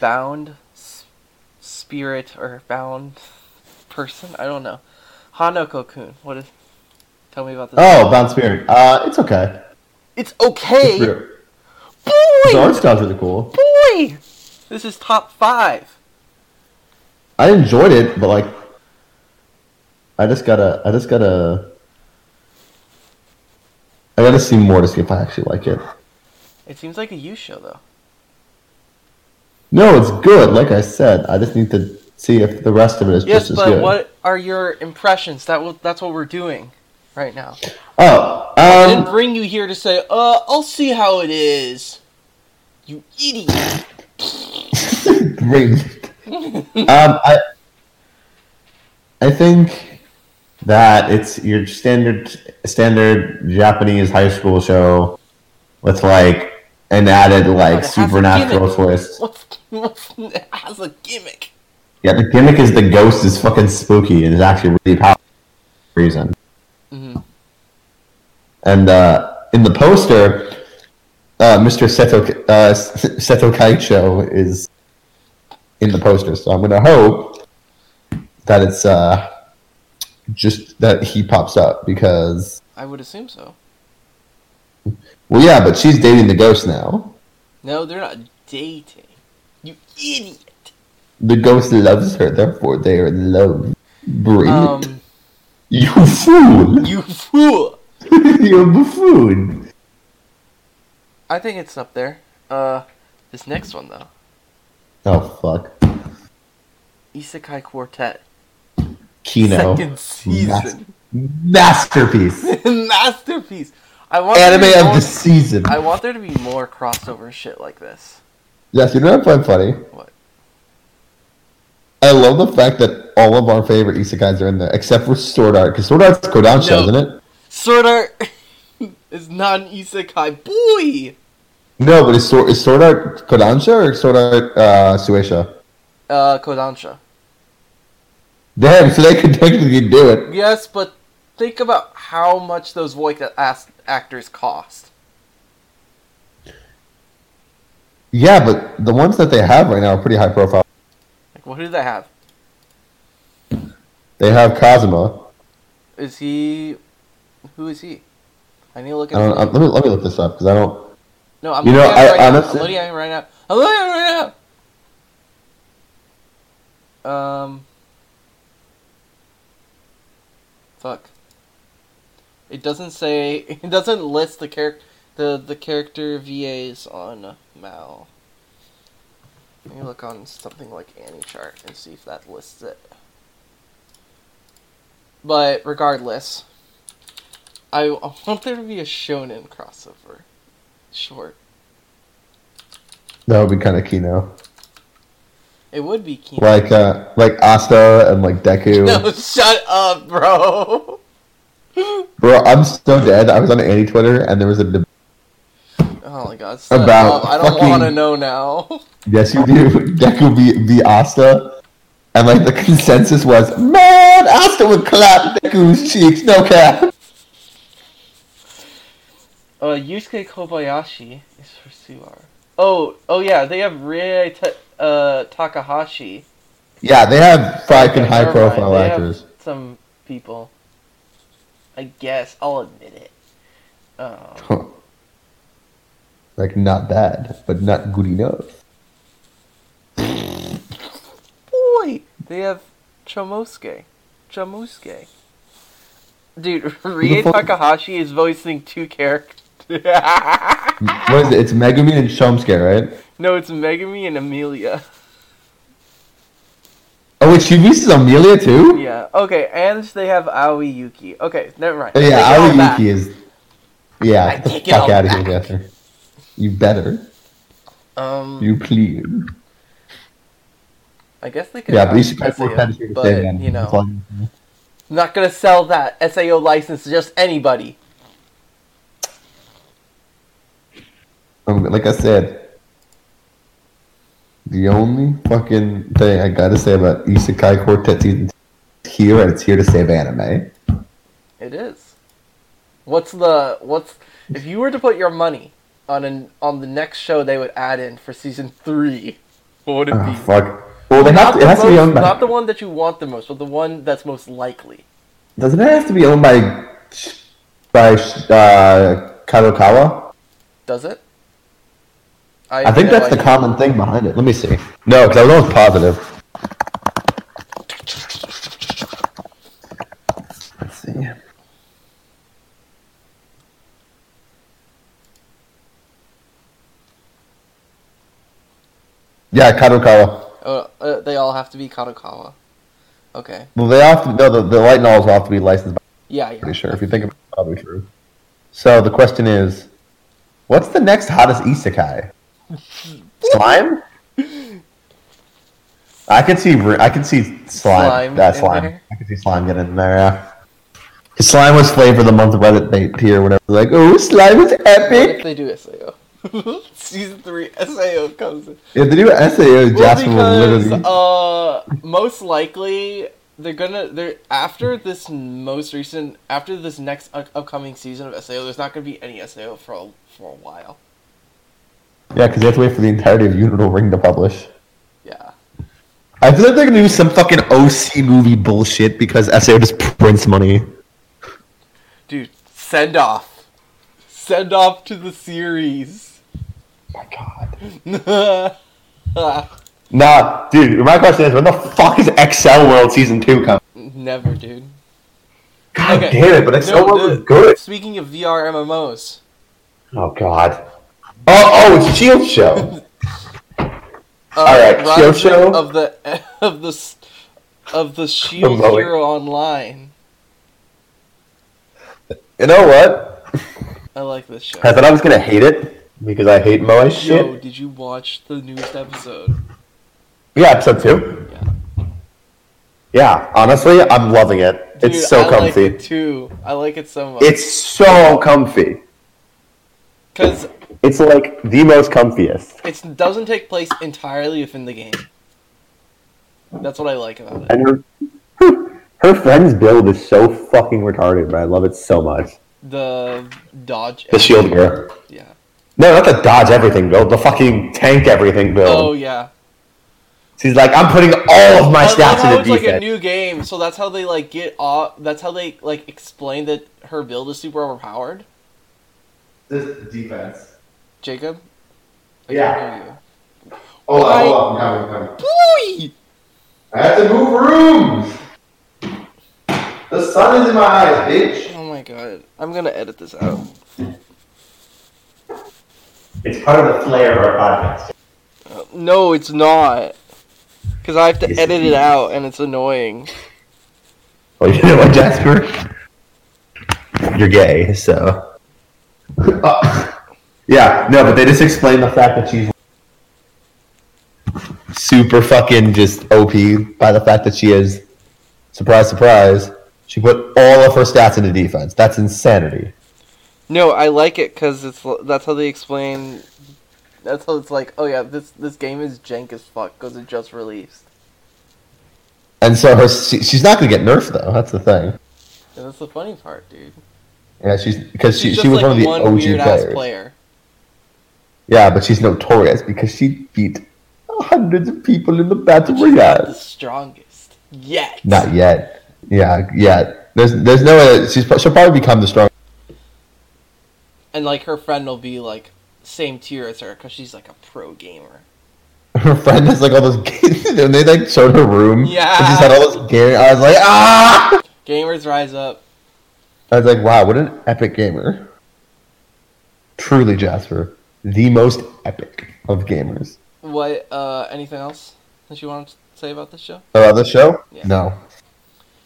Speaker 1: Bound s- spirit or bound person? I don't know. Hanoko Kun. What is? Tell me about this.
Speaker 2: Oh, Bound Spirit. Uh, it's okay.
Speaker 1: It's okay,
Speaker 2: It's real. The art
Speaker 1: boy,
Speaker 2: style's really cool.
Speaker 1: boy. This is top five.
Speaker 2: I enjoyed it, but like, I just gotta, I just gotta, I gotta see more to see if I actually like it.
Speaker 1: It seems like a you show though.
Speaker 2: No, it's good. Like I said, I just need to see if the rest of it is
Speaker 1: Yes,
Speaker 2: just
Speaker 1: but
Speaker 2: as good.
Speaker 1: what are your impressions? That will, that's what we're doing right now. I
Speaker 2: Oh,
Speaker 1: didn't
Speaker 2: um,
Speaker 1: bring you here to say, uh, I'll see how it is. You idiot.
Speaker 2: ring. um, I, I think that it's your standard standard Japanese high school show with like an added
Speaker 1: it
Speaker 2: like
Speaker 1: has a
Speaker 2: supernatural
Speaker 1: gimmick.
Speaker 2: twist.
Speaker 1: What's, what's it has a gimmick?
Speaker 2: Yeah, the gimmick is the ghost is fucking spooky and is actually really powerful for a reason.
Speaker 1: Mhm.
Speaker 2: And uh, in the poster, uh, Mr. Seto uh, Seto Kaicho is in the poster, so I'm gonna hope that it's uh, just that he pops up because
Speaker 1: I would assume so.
Speaker 2: well, yeah, but she's dating the ghost now.
Speaker 1: No, they're not dating. You idiot.
Speaker 2: The ghost loves her, therefore they are in love. Bring it.
Speaker 1: Um,
Speaker 2: You fool!
Speaker 1: you fool.
Speaker 2: You are buffoon!
Speaker 1: I think it's up there. Uh, this next one though,
Speaker 2: Oh fuck.
Speaker 1: Isekai Quartet,
Speaker 2: Kino.
Speaker 1: second season,
Speaker 2: masterpiece.
Speaker 1: masterpiece. I want there to
Speaker 2: Anime
Speaker 1: be
Speaker 2: of
Speaker 1: more-
Speaker 2: the season.
Speaker 1: I want there to be more crossover shit like this.
Speaker 2: Yes, you know what I find funny?
Speaker 1: What?
Speaker 2: I love the fact that all of our favorite isekais are in there, except for Sword Art, because Sword Art's Kodansha,
Speaker 1: No.
Speaker 2: isn't it?
Speaker 1: Sword Art is not an isekai. Boy!
Speaker 2: No, but is Sword, is Sword Art Kodansha or Sword Art uh, Sueisha?
Speaker 1: Uh, Kodansha.
Speaker 2: Damn, so they could technically do it.
Speaker 1: Yes, but think about how much those voice ass- actors cost.
Speaker 2: Yeah, but the ones that they have right now are pretty high profile.
Speaker 1: Like, what do they have?
Speaker 2: They have Kazuma.
Speaker 1: Is he. Who is he? I need to look
Speaker 2: I
Speaker 1: at
Speaker 2: don't, I,
Speaker 1: his name.
Speaker 2: let, me, let me look this up, because I don't.
Speaker 1: No, I'm
Speaker 2: you know,
Speaker 1: looking at it
Speaker 2: I
Speaker 1: right now. I'm
Speaker 2: honestly-
Speaker 1: looking at it right now. I'm looking at it right now! Um. Fuck. It doesn't say. It doesn't list the character. The, the character VAs on Mal. Let me look on something like Annie Chart and see if that lists it. But regardless, I I want there to be a shonen crossover. Short.
Speaker 2: That would be kind of Kino.
Speaker 1: It would be Kino.
Speaker 2: Like, uh, like Asta and like Deku.
Speaker 1: No, shut up, bro.
Speaker 2: Bro, I'm so dead. I was on Annie Twitter and there was a debate.
Speaker 1: Oh my god. Shut
Speaker 2: About
Speaker 1: up. I don't
Speaker 2: fucking-
Speaker 1: want to know now.
Speaker 2: Yes, you do. Deku v, v Asta. And like the consensus was, man, Asta would clap Deku's cheeks. No cap.
Speaker 1: Uh, Yusuke Kobayashi is for Suar. Oh, oh yeah, they have Rie Ta- uh, Takahashi.
Speaker 2: Yeah, they have fucking
Speaker 1: Okay,
Speaker 2: high
Speaker 1: never mind.
Speaker 2: profile
Speaker 1: They have
Speaker 2: actors.
Speaker 1: Some people. I guess I'll admit it. Um,
Speaker 2: Huh. Like not bad, but not good enough.
Speaker 1: boy, they have Chomosuke. Chomosuke. Dude, Rie
Speaker 2: fuck-
Speaker 1: Takahashi is voicing two characters.
Speaker 2: What is it? It's Megumi and Chomsky, right?
Speaker 1: no, it's Megami and Amelia.
Speaker 2: Oh wait, Shubis is Amelia too?
Speaker 1: Yeah. Okay, and they have Aoi Yuki. Okay, never mind.
Speaker 2: Oh,
Speaker 1: Take it all
Speaker 2: yeah,
Speaker 1: back.
Speaker 2: Aoyuki is Yeah,
Speaker 1: I
Speaker 2: get the
Speaker 1: take it
Speaker 2: fuck
Speaker 1: all
Speaker 2: out of here, Jester. You better.
Speaker 1: Um,
Speaker 2: You please.
Speaker 1: I guess they could.
Speaker 2: Yeah, but
Speaker 1: um,
Speaker 2: you should
Speaker 1: SAO,
Speaker 2: probably finish your
Speaker 1: but,
Speaker 2: thing then.
Speaker 1: you
Speaker 2: That's
Speaker 1: know,
Speaker 2: all you-
Speaker 1: not gonna sell that SAO license to just anybody.
Speaker 2: Um, like I said, the only fucking thing I gotta say about Isekai Quartet season two is here and it's here to save anime.
Speaker 1: It is. What's the what's if you were to put your money on an on the next show they would add in for season three? What would it
Speaker 2: Oh,
Speaker 1: be?
Speaker 2: fuck. Well, they have
Speaker 1: Not
Speaker 2: to,
Speaker 1: the,
Speaker 2: it has to be
Speaker 1: most,
Speaker 2: owned
Speaker 1: not
Speaker 2: by.
Speaker 1: the one that you want the most, but the one that's most likely.
Speaker 2: Doesn't it have to be owned by by uh, Kadokawa?
Speaker 1: Does it?
Speaker 2: I think
Speaker 1: have
Speaker 2: that's
Speaker 1: no
Speaker 2: the
Speaker 1: idea.
Speaker 2: common thing behind it. Let me see. No, because I was almost positive. Let's see. Yeah, Kadokawa.
Speaker 1: Uh, uh, they all have to be Kadokawa. Okay.
Speaker 2: Well, they have to. No, the, the light novels have to be licensed. By,
Speaker 1: Yeah, yeah.
Speaker 2: I'm pretty sure. If you think about it, it's probably true. So the question is, what's the next hottest isekai? Slime. I could see. re- I could see slime.
Speaker 1: Slime
Speaker 2: yeah,
Speaker 1: in
Speaker 2: slime.
Speaker 1: there?
Speaker 2: I could see slime get in there. Yeah. 'Cause Slime was flavor of the month Reddit bait here, whatever. Like, oh, slime is
Speaker 1: What if
Speaker 2: epic.
Speaker 1: they do SAO? season three SAO comes in.
Speaker 2: If they do an SAO,
Speaker 1: Well,
Speaker 2: Jasper will
Speaker 1: because
Speaker 2: literally.
Speaker 1: uh, most likely they're gonna they're after this most recent after this next u- upcoming season of SAO. There's not gonna be any SAO for a, for a while.
Speaker 2: Yeah, because they have to wait for the entirety of Unital Ring to publish.
Speaker 1: Yeah,
Speaker 2: I feel like they're gonna do some fucking OC movie bullshit because SAO just prints money.
Speaker 1: Oh dude, send off, send off to the series.
Speaker 2: my god.
Speaker 1: Never,
Speaker 2: Nah, dude, my question is when the fuck is XL World Season 2 coming?
Speaker 1: dude.
Speaker 2: God
Speaker 1: Okay.
Speaker 2: damn it, but XL
Speaker 1: No,
Speaker 2: World
Speaker 1: the-
Speaker 2: was good.
Speaker 1: Speaking of VR MMOs,
Speaker 2: Oh god. Oh, oh, it's Shield Show.
Speaker 1: uh,
Speaker 2: Alright,
Speaker 1: Rise
Speaker 2: Kyosho?
Speaker 1: of the of the s- of the Shield
Speaker 2: Promote it.
Speaker 1: Hero Online.
Speaker 2: you know what?
Speaker 1: I like this show.
Speaker 2: I thought I was gonna hate it because I hate Moe shit.
Speaker 1: Yo, did you watch the newest episode?
Speaker 2: Yeah, episode 2.
Speaker 1: Yeah.
Speaker 2: Yeah, honestly, I'm loving it.
Speaker 1: Dude,
Speaker 2: it's so
Speaker 1: I
Speaker 2: comfy.
Speaker 1: Like it too. I like it so much.
Speaker 2: it's so comfy.
Speaker 1: because
Speaker 2: It's like the most comfiest.
Speaker 1: it doesn't take place entirely within the game. That's what I like about it.
Speaker 2: And her, her, her friend's build is so fucking retarded, but I love it so much.
Speaker 1: The dodge.
Speaker 2: The shield girl.
Speaker 1: Yeah.
Speaker 2: No, not the dodge everything build, the fucking tank everything build.
Speaker 1: Oh yeah.
Speaker 2: She's like, I'm putting all of my
Speaker 1: I love
Speaker 2: stats
Speaker 1: how
Speaker 2: into
Speaker 1: it's like a
Speaker 2: defense.
Speaker 1: new game, so that's how they like get off. That's how they like explain that her build is super overpowered.
Speaker 3: This defense.
Speaker 1: Jacob. I
Speaker 3: Yeah.
Speaker 1: can't hear
Speaker 3: Hold
Speaker 1: Why-
Speaker 3: on, hold on. I'm coming, I'm coming.
Speaker 1: you. Boy!
Speaker 3: I have to move rooms. The sun is in my eyes, bitch.
Speaker 1: Oh my god. I'm gonna edit this out.
Speaker 3: It's part of the flair of our podcast.
Speaker 1: No, it's not. Because I have to
Speaker 2: Yes,
Speaker 1: edit
Speaker 2: it
Speaker 1: it out, and it's annoying.
Speaker 2: Well, you know what, Jasper? You're gay, so. Uh, yeah, no, but they just explained the fact that she's super fucking just OP by the fact that she is, surprise, surprise, she put all of her stats into defense. That's insanity.
Speaker 1: No, I like it because it's l- that's how they explain. That's how it's like. Oh yeah, this this game is jank as fuck because it just released.
Speaker 2: And so her, she, she's not going to get nerfed, though. That's the thing.
Speaker 1: And that's the funny part, dude.
Speaker 2: Yeah, she's because she,
Speaker 1: She's
Speaker 2: she was
Speaker 1: like
Speaker 2: one of the OG
Speaker 1: weird
Speaker 2: players.
Speaker 1: ass player.
Speaker 2: Yeah, but she's notorious because she beat hundreds of people in the battle
Speaker 1: She's not the
Speaker 2: royale.
Speaker 1: strongest yet.
Speaker 2: Not yet. Yeah, yet. There's there's no way that she's pro- she'll probably become the strongest.
Speaker 1: And like her friend will be like same tier as her because she's like a pro gamer.
Speaker 2: Her friend has like all those games, and they like showed her room.
Speaker 1: Yeah.
Speaker 2: and she's had all those games. I was like, ah!
Speaker 1: Gamers rise up.
Speaker 2: I was like, wow, what an epic gamer. Truly, Jasper, the most epic of gamers.
Speaker 1: What? Uh, anything else that you want to say about this show?
Speaker 2: Uh, the show?
Speaker 1: Yeah.
Speaker 2: No.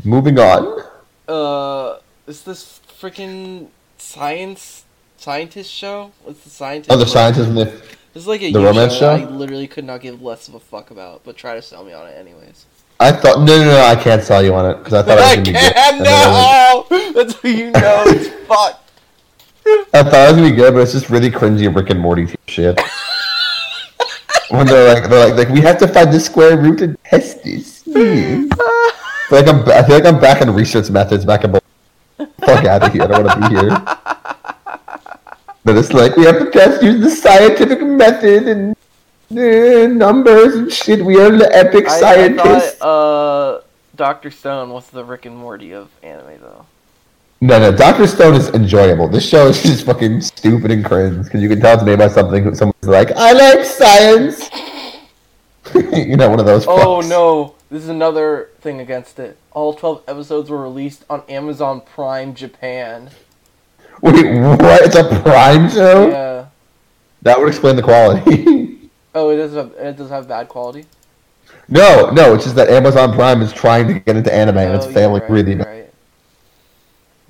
Speaker 2: Moving on.
Speaker 1: uh, is this freaking science scientist show? What's the scientist?
Speaker 2: Oh, the
Speaker 1: show?
Speaker 2: scientists and the
Speaker 1: This is like a
Speaker 2: the
Speaker 1: you
Speaker 2: romance
Speaker 1: show,
Speaker 2: show?
Speaker 1: I literally could not give less of a fuck about, but try to sell me on it anyways.
Speaker 2: I thought no, no, no. I can't sell you on it because I thought I was
Speaker 1: I
Speaker 2: gonna be good.
Speaker 1: can
Speaker 2: And then I,
Speaker 1: now.
Speaker 2: was-
Speaker 1: That's how you know it's fucked.
Speaker 2: I thought I was gonna be good, but it's just really cringy Rick and Morty type shit. when they're like, they're like, like we have to find the square root and test this. Hmm. I feel like I'm, ba- I feel like I'm back in research methods. Back in bull- fuck out of here. I don't want to be here. But it's like we have to test use the scientific method and uh, numbers and shit. We are the epic
Speaker 1: I, I
Speaker 2: scientists.
Speaker 1: thought uh, Doctor Stone was the Rick and Morty of anime though.
Speaker 2: No, no, Doctor Stone is enjoyable. This show is just fucking stupid and cringe because you can tell it's made by something. who- Someone's like, "I like science." you know, one of those.
Speaker 1: Oh
Speaker 2: fucks.
Speaker 1: no, this is another thing against it. All 12 episodes were released on Amazon Prime Japan.
Speaker 2: Wait, what? It's a Prime show.
Speaker 1: Yeah.
Speaker 2: That would explain the quality.
Speaker 1: Oh, it does have it does have bad quality.
Speaker 2: no, no, it's just that Amazon Prime is trying to get into anime and it's
Speaker 1: Oh,
Speaker 2: failing
Speaker 1: you're
Speaker 2: really
Speaker 1: you're
Speaker 2: bad.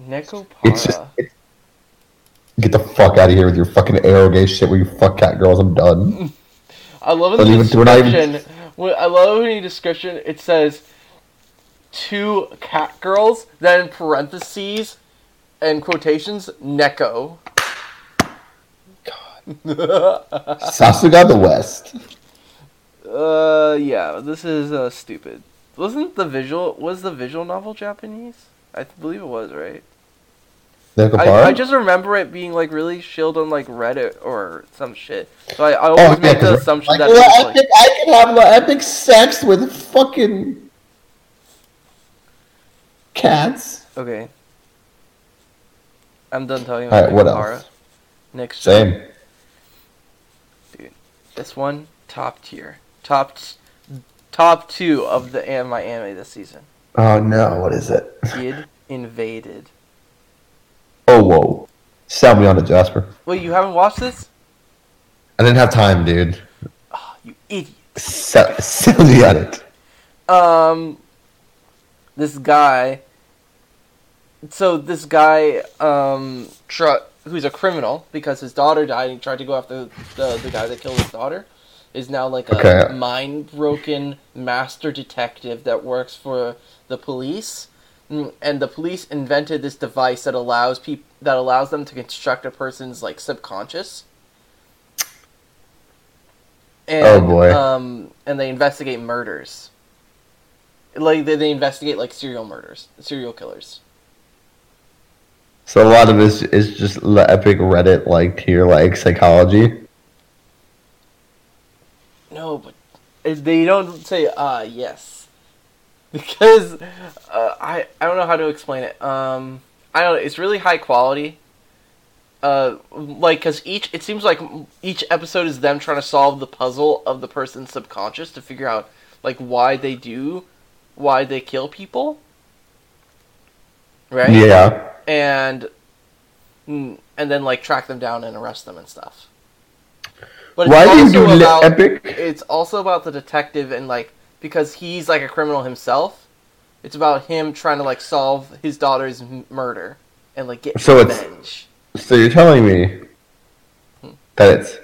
Speaker 1: Right. Necopara.
Speaker 2: It's just it- get the fuck out of here with your fucking arrow gay shit where you fuck cat girls. I'm done.
Speaker 1: I love in
Speaker 2: Don't
Speaker 1: the
Speaker 2: even- we're not even-
Speaker 1: description. when- I love in the description. It says two cat girls, then parentheses and quotations Neko. God.
Speaker 2: Sasuga the West.
Speaker 1: uh, yeah, this is uh, stupid. Wasn't the visual was the visual novel Japanese? I th- believe it was, right? I, I
Speaker 2: Nekopara?
Speaker 1: just remember it being like really shilled on like Reddit or some shit. So I, I
Speaker 2: Oh,
Speaker 1: always
Speaker 2: yeah,
Speaker 1: make the
Speaker 2: 'cause-
Speaker 1: assumption
Speaker 2: Like,
Speaker 1: that
Speaker 2: well,
Speaker 1: it's
Speaker 2: I,
Speaker 1: like,
Speaker 2: think I can have the epic sex with fucking cats.
Speaker 1: Okay. I'm done talking about
Speaker 2: Alright, what
Speaker 1: Nakahara.
Speaker 2: else?
Speaker 1: Next one.
Speaker 2: Same.
Speaker 1: This one, top tier. Top t- top two of the an- my anime this season.
Speaker 2: Oh no, what is it?
Speaker 1: Kid Invaded.
Speaker 2: Oh whoa. Sell me on it, Jasper.
Speaker 1: Wait, you haven't watched this?
Speaker 2: I didn't have time, dude.
Speaker 1: Oh, you idiot.
Speaker 2: Sell, sell me on it.
Speaker 1: um this guy so this guy um tr- who's a criminal because his daughter died and he tried to go after the, the guy that killed his daughter is now like a
Speaker 2: Okay.
Speaker 1: mind broken master detective that works for the police Mm, and the police invented this device that allows people that allows them to construct a person's like subconscious and,
Speaker 2: Oh, boy.
Speaker 1: um and they investigate murders like they, they investigate like serial murders, serial killers.
Speaker 2: So a lot of this is just the epic Reddit like tier like psychology.
Speaker 1: No, but uh, they don't say ah yes because uh, I I don't know how to explain it. Um, I don't. It's really high quality. Uh, like because each it seems like each episode is them trying to solve the puzzle of the person's subconscious to figure out like why they do, why they kill people. Right.
Speaker 2: Yeah.
Speaker 1: and and then like track them down and arrest them and stuff. But it's
Speaker 2: Why do you
Speaker 1: also
Speaker 2: do li-
Speaker 1: about,
Speaker 2: epic?
Speaker 1: It's also about the detective and like because he's like a criminal himself. It's about him trying to like solve his daughter's m- murder and like get
Speaker 2: So it's-
Speaker 1: revenge.
Speaker 2: So you're telling me
Speaker 1: Hmm.
Speaker 2: that it's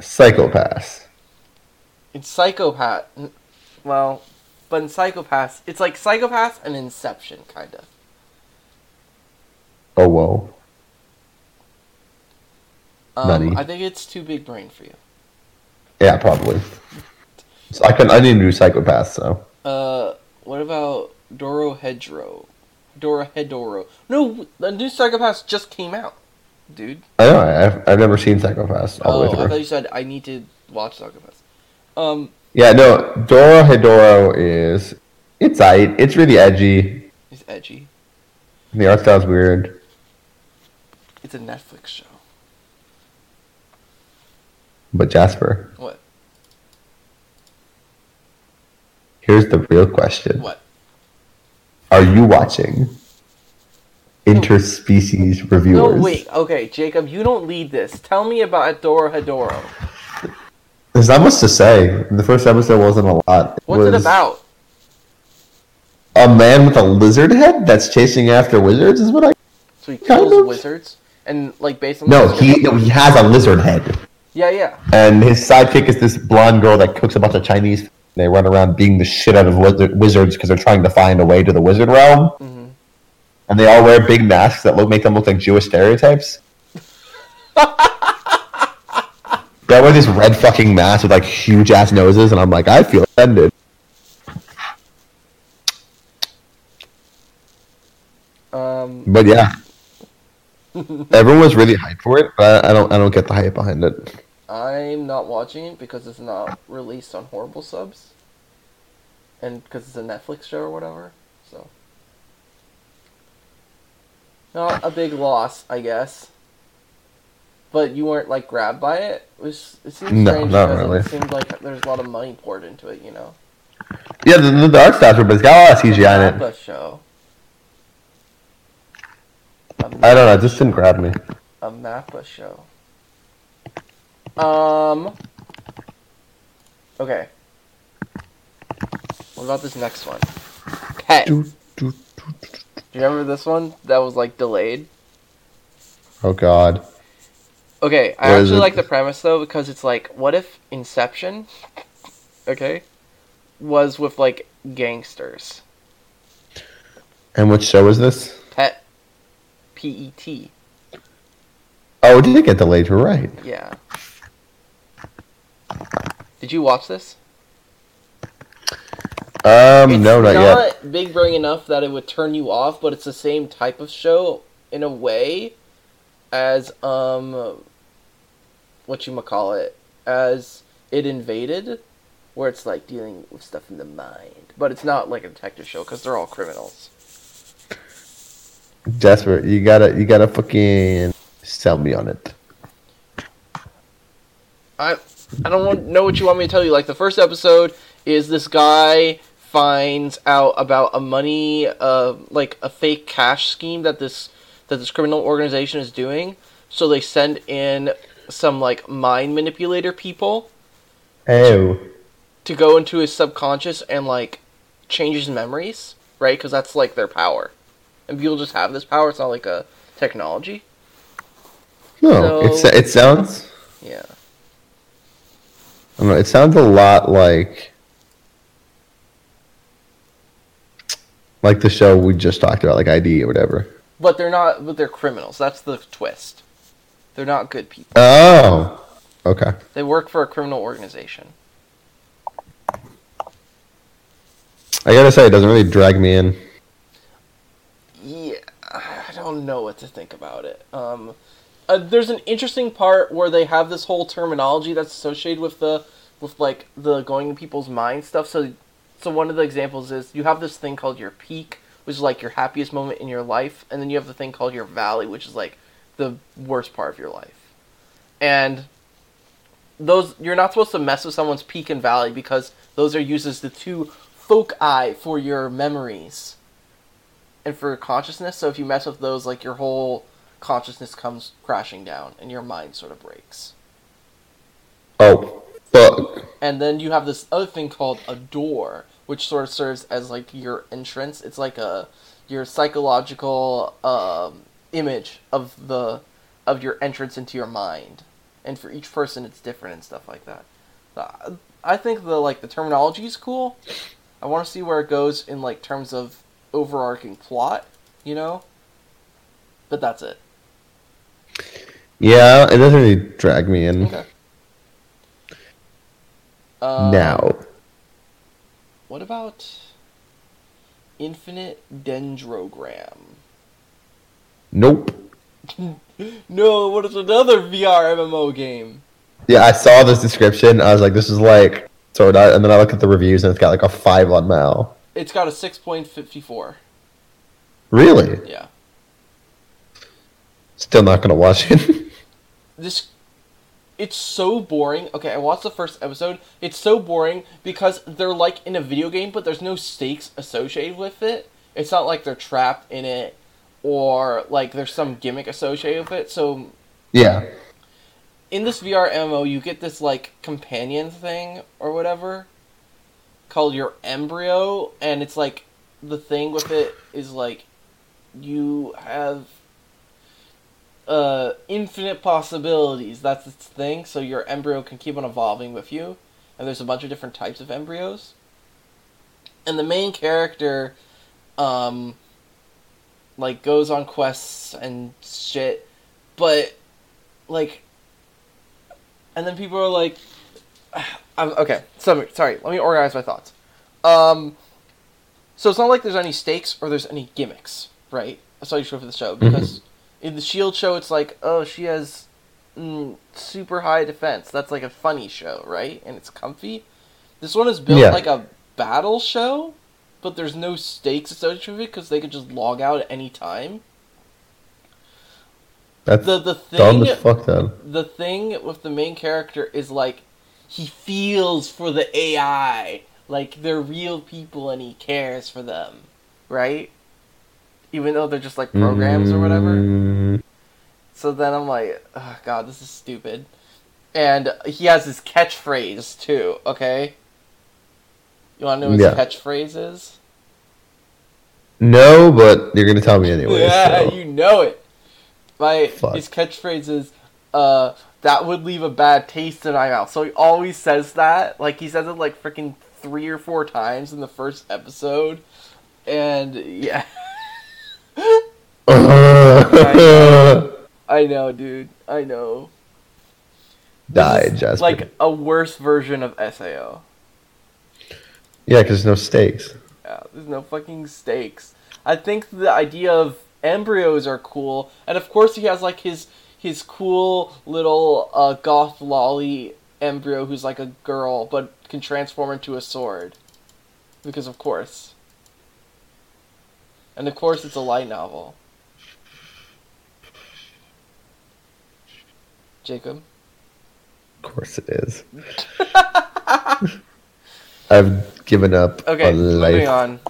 Speaker 2: psychopaths.
Speaker 1: It's psychopath. n- Well, but in psychopaths, it's like psychopaths and Inception kind of.
Speaker 2: Oh whoa. Buddy.
Speaker 1: Um, I think it's too big brain for you.
Speaker 2: Yeah, probably. So I couldn't I didn't do psychopaths, so
Speaker 1: Uh, what about Doro Hedro? Dora Hedoro. No, the new Psychopaths just came out, dude.
Speaker 2: I know I- I've, I've never seen psychopaths all
Speaker 1: Oh,
Speaker 2: the
Speaker 1: I
Speaker 2: way
Speaker 1: thought
Speaker 2: through.
Speaker 1: you said I need to watch Psychopaths. Um,
Speaker 2: Yeah, no, Dora Hedoro is it's aight. It's really edgy.
Speaker 1: it's edgy.
Speaker 2: The art style's weird.
Speaker 1: It's a Netflix show.
Speaker 2: But Jasper,
Speaker 1: What?
Speaker 2: here's the real question.
Speaker 1: What?
Speaker 2: Are you watching interspecies reviewers?
Speaker 1: No, wait. Okay, Jacob, you don't lead this. Tell me about Dora Hedoro.
Speaker 2: There's not much to say. The first episode wasn't a lot.
Speaker 1: What's it
Speaker 2: was
Speaker 1: about?
Speaker 2: A man with a lizard head that's chasing after wizards is what I.
Speaker 1: So he
Speaker 2: kind
Speaker 1: kills
Speaker 2: of-
Speaker 1: wizards and like based on
Speaker 2: No, he no, he has a lizard head,
Speaker 1: Yeah, yeah.
Speaker 2: and his sidekick is this blonde girl that cooks a bunch of Chinese. food. They run around beating the shit out of wizard, wizards because they're trying to find a way to the wizard realm,
Speaker 1: Mhm.
Speaker 2: and they all wear big masks that look make them look like Jewish stereotypes. they wear these red fucking masks with like huge ass noses, and I'm like, I feel offended.
Speaker 1: Um, Um,
Speaker 2: But yeah, Everyone was really hyped for it, but I don't. I don't get the hype behind it.
Speaker 1: I'm not watching it because it's not released on horrible subs, and because it's a Netflix show or whatever. So, not a big loss, I guess. But you weren't like grabbed by it. It, was, it seems
Speaker 2: No,
Speaker 1: strange
Speaker 2: not
Speaker 1: because
Speaker 2: really.
Speaker 1: it seemed like there's a lot of money poured into it. You know,
Speaker 2: Yeah, the, the, the art style's but oh, it's got a lot of CGI in it.
Speaker 1: Abba show. A
Speaker 2: I don't know. It just didn't grab me.
Speaker 1: a MAPPA show. Um. Okay. What about this next one? Pet. Do
Speaker 2: Do, do, do, do.
Speaker 1: you remember this one that was like delayed?
Speaker 2: Oh God.
Speaker 1: Okay, I
Speaker 2: Where is
Speaker 1: actually
Speaker 2: it?
Speaker 1: like the premise though because it's like, what if Inception, okay, was with like gangsters?
Speaker 2: And which show is this?
Speaker 1: Pet. P E T.
Speaker 2: Oh, it did get delayed. You're right.
Speaker 1: Yeah. Did you watch this?
Speaker 2: Um, no, not, yet.
Speaker 1: big brain enough that it would turn you off, but it's the same type of show in a way as um, what you call it, as it invaded, where it's like dealing with stuff in the mind, but it's not like a detective show because they're all criminals.
Speaker 2: Jasper, you gotta, you gotta fucking sell me on it.
Speaker 1: I I don't want, know what you want me to tell you. Like the first episode is this guy finds out about a money, uh, like a fake cash scheme that this that this criminal organization is doing. So they send in some like mind manipulator people
Speaker 2: Oh,
Speaker 1: to go into his subconscious and like change his memories, right? Because that's like their power, and people just have this power. It's not like a technology. So-
Speaker 2: no, it's it sounds.
Speaker 1: Yeah.
Speaker 2: I don't know. It sounds a lot like like the show we just talked about, like ID or whatever.
Speaker 1: But they're not. But they're criminals. That's the twist. They're not good people.
Speaker 2: Oh, okay.
Speaker 1: They work for a criminal organization.
Speaker 2: I gotta say, it doesn't really drag me in.
Speaker 1: Yeah, I don't know what to think about it. Um, uh, there's an interesting part where they have this whole terminology that's associated with the with like the going to people's mind stuff. So, so one of the examples is you have this thing called your peak, which is like your happiest moment in your life, and then you have the thing called your valley, which is like the worst part of your life. And those you're not supposed to mess with someone's peak and valley because those are used as the two foci for your memories and for your consciousness. So if you mess with those, like your whole consciousness comes crashing down, and your mind sort of breaks.
Speaker 2: Oh, fuck.
Speaker 1: And then you have this other thing called a door, which sort of serves as like your entrance. It's like a your psychological um, image of the of your entrance into your mind. And for each person, it's different and stuff like that. Uh, I think the like the terminology is cool. I want to see where it goes in like terms of overarching plot, you know. But that's it.
Speaker 2: Yeah, it doesn't really drag me in.
Speaker 1: Okay. Um,
Speaker 2: now,
Speaker 1: What about Infinite Dendrogram?
Speaker 2: nope.
Speaker 1: No, what is another VR MMO game?
Speaker 2: Yeah, I saw this description. I was like, this is like sort of, and then I look at the reviews, and it's got like a five on Mal.
Speaker 1: It's got a 6.54.
Speaker 2: Really?
Speaker 1: Yeah.
Speaker 2: Still not gonna watch it.
Speaker 1: This it's so boring. Okay, I watched the first episode. It's so boring because they're like in a video game, but there's no stakes associated with it. It's not like they're trapped in it or like there's some gimmick associated with it. So
Speaker 2: yeah.
Speaker 1: in this VR MMO, you get this like companion thing or whatever called your embryo, and it's like the thing with it is like you have uh infinite possibilities. That's its thing. So your embryo can keep on evolving with you, and there's a bunch of different types of embryos. And the main character, um, like goes on quests and shit, but like and then people are like, I'm, okay, so, sorry, let me organize my thoughts. Um, so it's not like there's any stakes or there's any gimmicks, right? That's all you show for the show because in the Shield E show, it's like, oh, she has mm, super high defense. That's like a funny show, right? And it's comfy. This one is built
Speaker 2: Yeah.
Speaker 1: like a battle show, but there's no stakes associated with it because they could just log out at any time.
Speaker 2: That's
Speaker 1: The the thing
Speaker 2: dumb as fuck, then.
Speaker 1: the thing with the main character is like he feels for the AI, like they're real people and he cares for them, right? Even though they're just like programs or whatever.
Speaker 2: Mm,
Speaker 1: So then I'm like, oh god, this is stupid. And he has his catchphrase too, okay? You want to know what his
Speaker 2: Yeah.
Speaker 1: catchphrase is?
Speaker 2: No, but you're gonna tell me anyway.
Speaker 1: yeah,
Speaker 2: so.
Speaker 1: you know it. My
Speaker 2: Fuck.
Speaker 1: his catchphrase is, uh, that would leave a bad taste in my mouth. So he always says that. Like he says it like freaking three or four times in the first episode. And yeah, I know, dude. I know.
Speaker 2: Die,
Speaker 1: This is
Speaker 2: Jasper.
Speaker 1: Like a worse version of Sao.
Speaker 2: yeah, because there's no stakes.
Speaker 1: Yeah, there's no fucking stakes. I think the idea of embryos are cool, and of course he has like his his cool little uh, goth lolly embryo who's like a girl but can transform into a sword, because of course. And of course, it's a light novel. Jacob.
Speaker 2: Of course, it is. I've given up
Speaker 1: Okay,
Speaker 2: on
Speaker 1: moving
Speaker 2: life.
Speaker 1: on.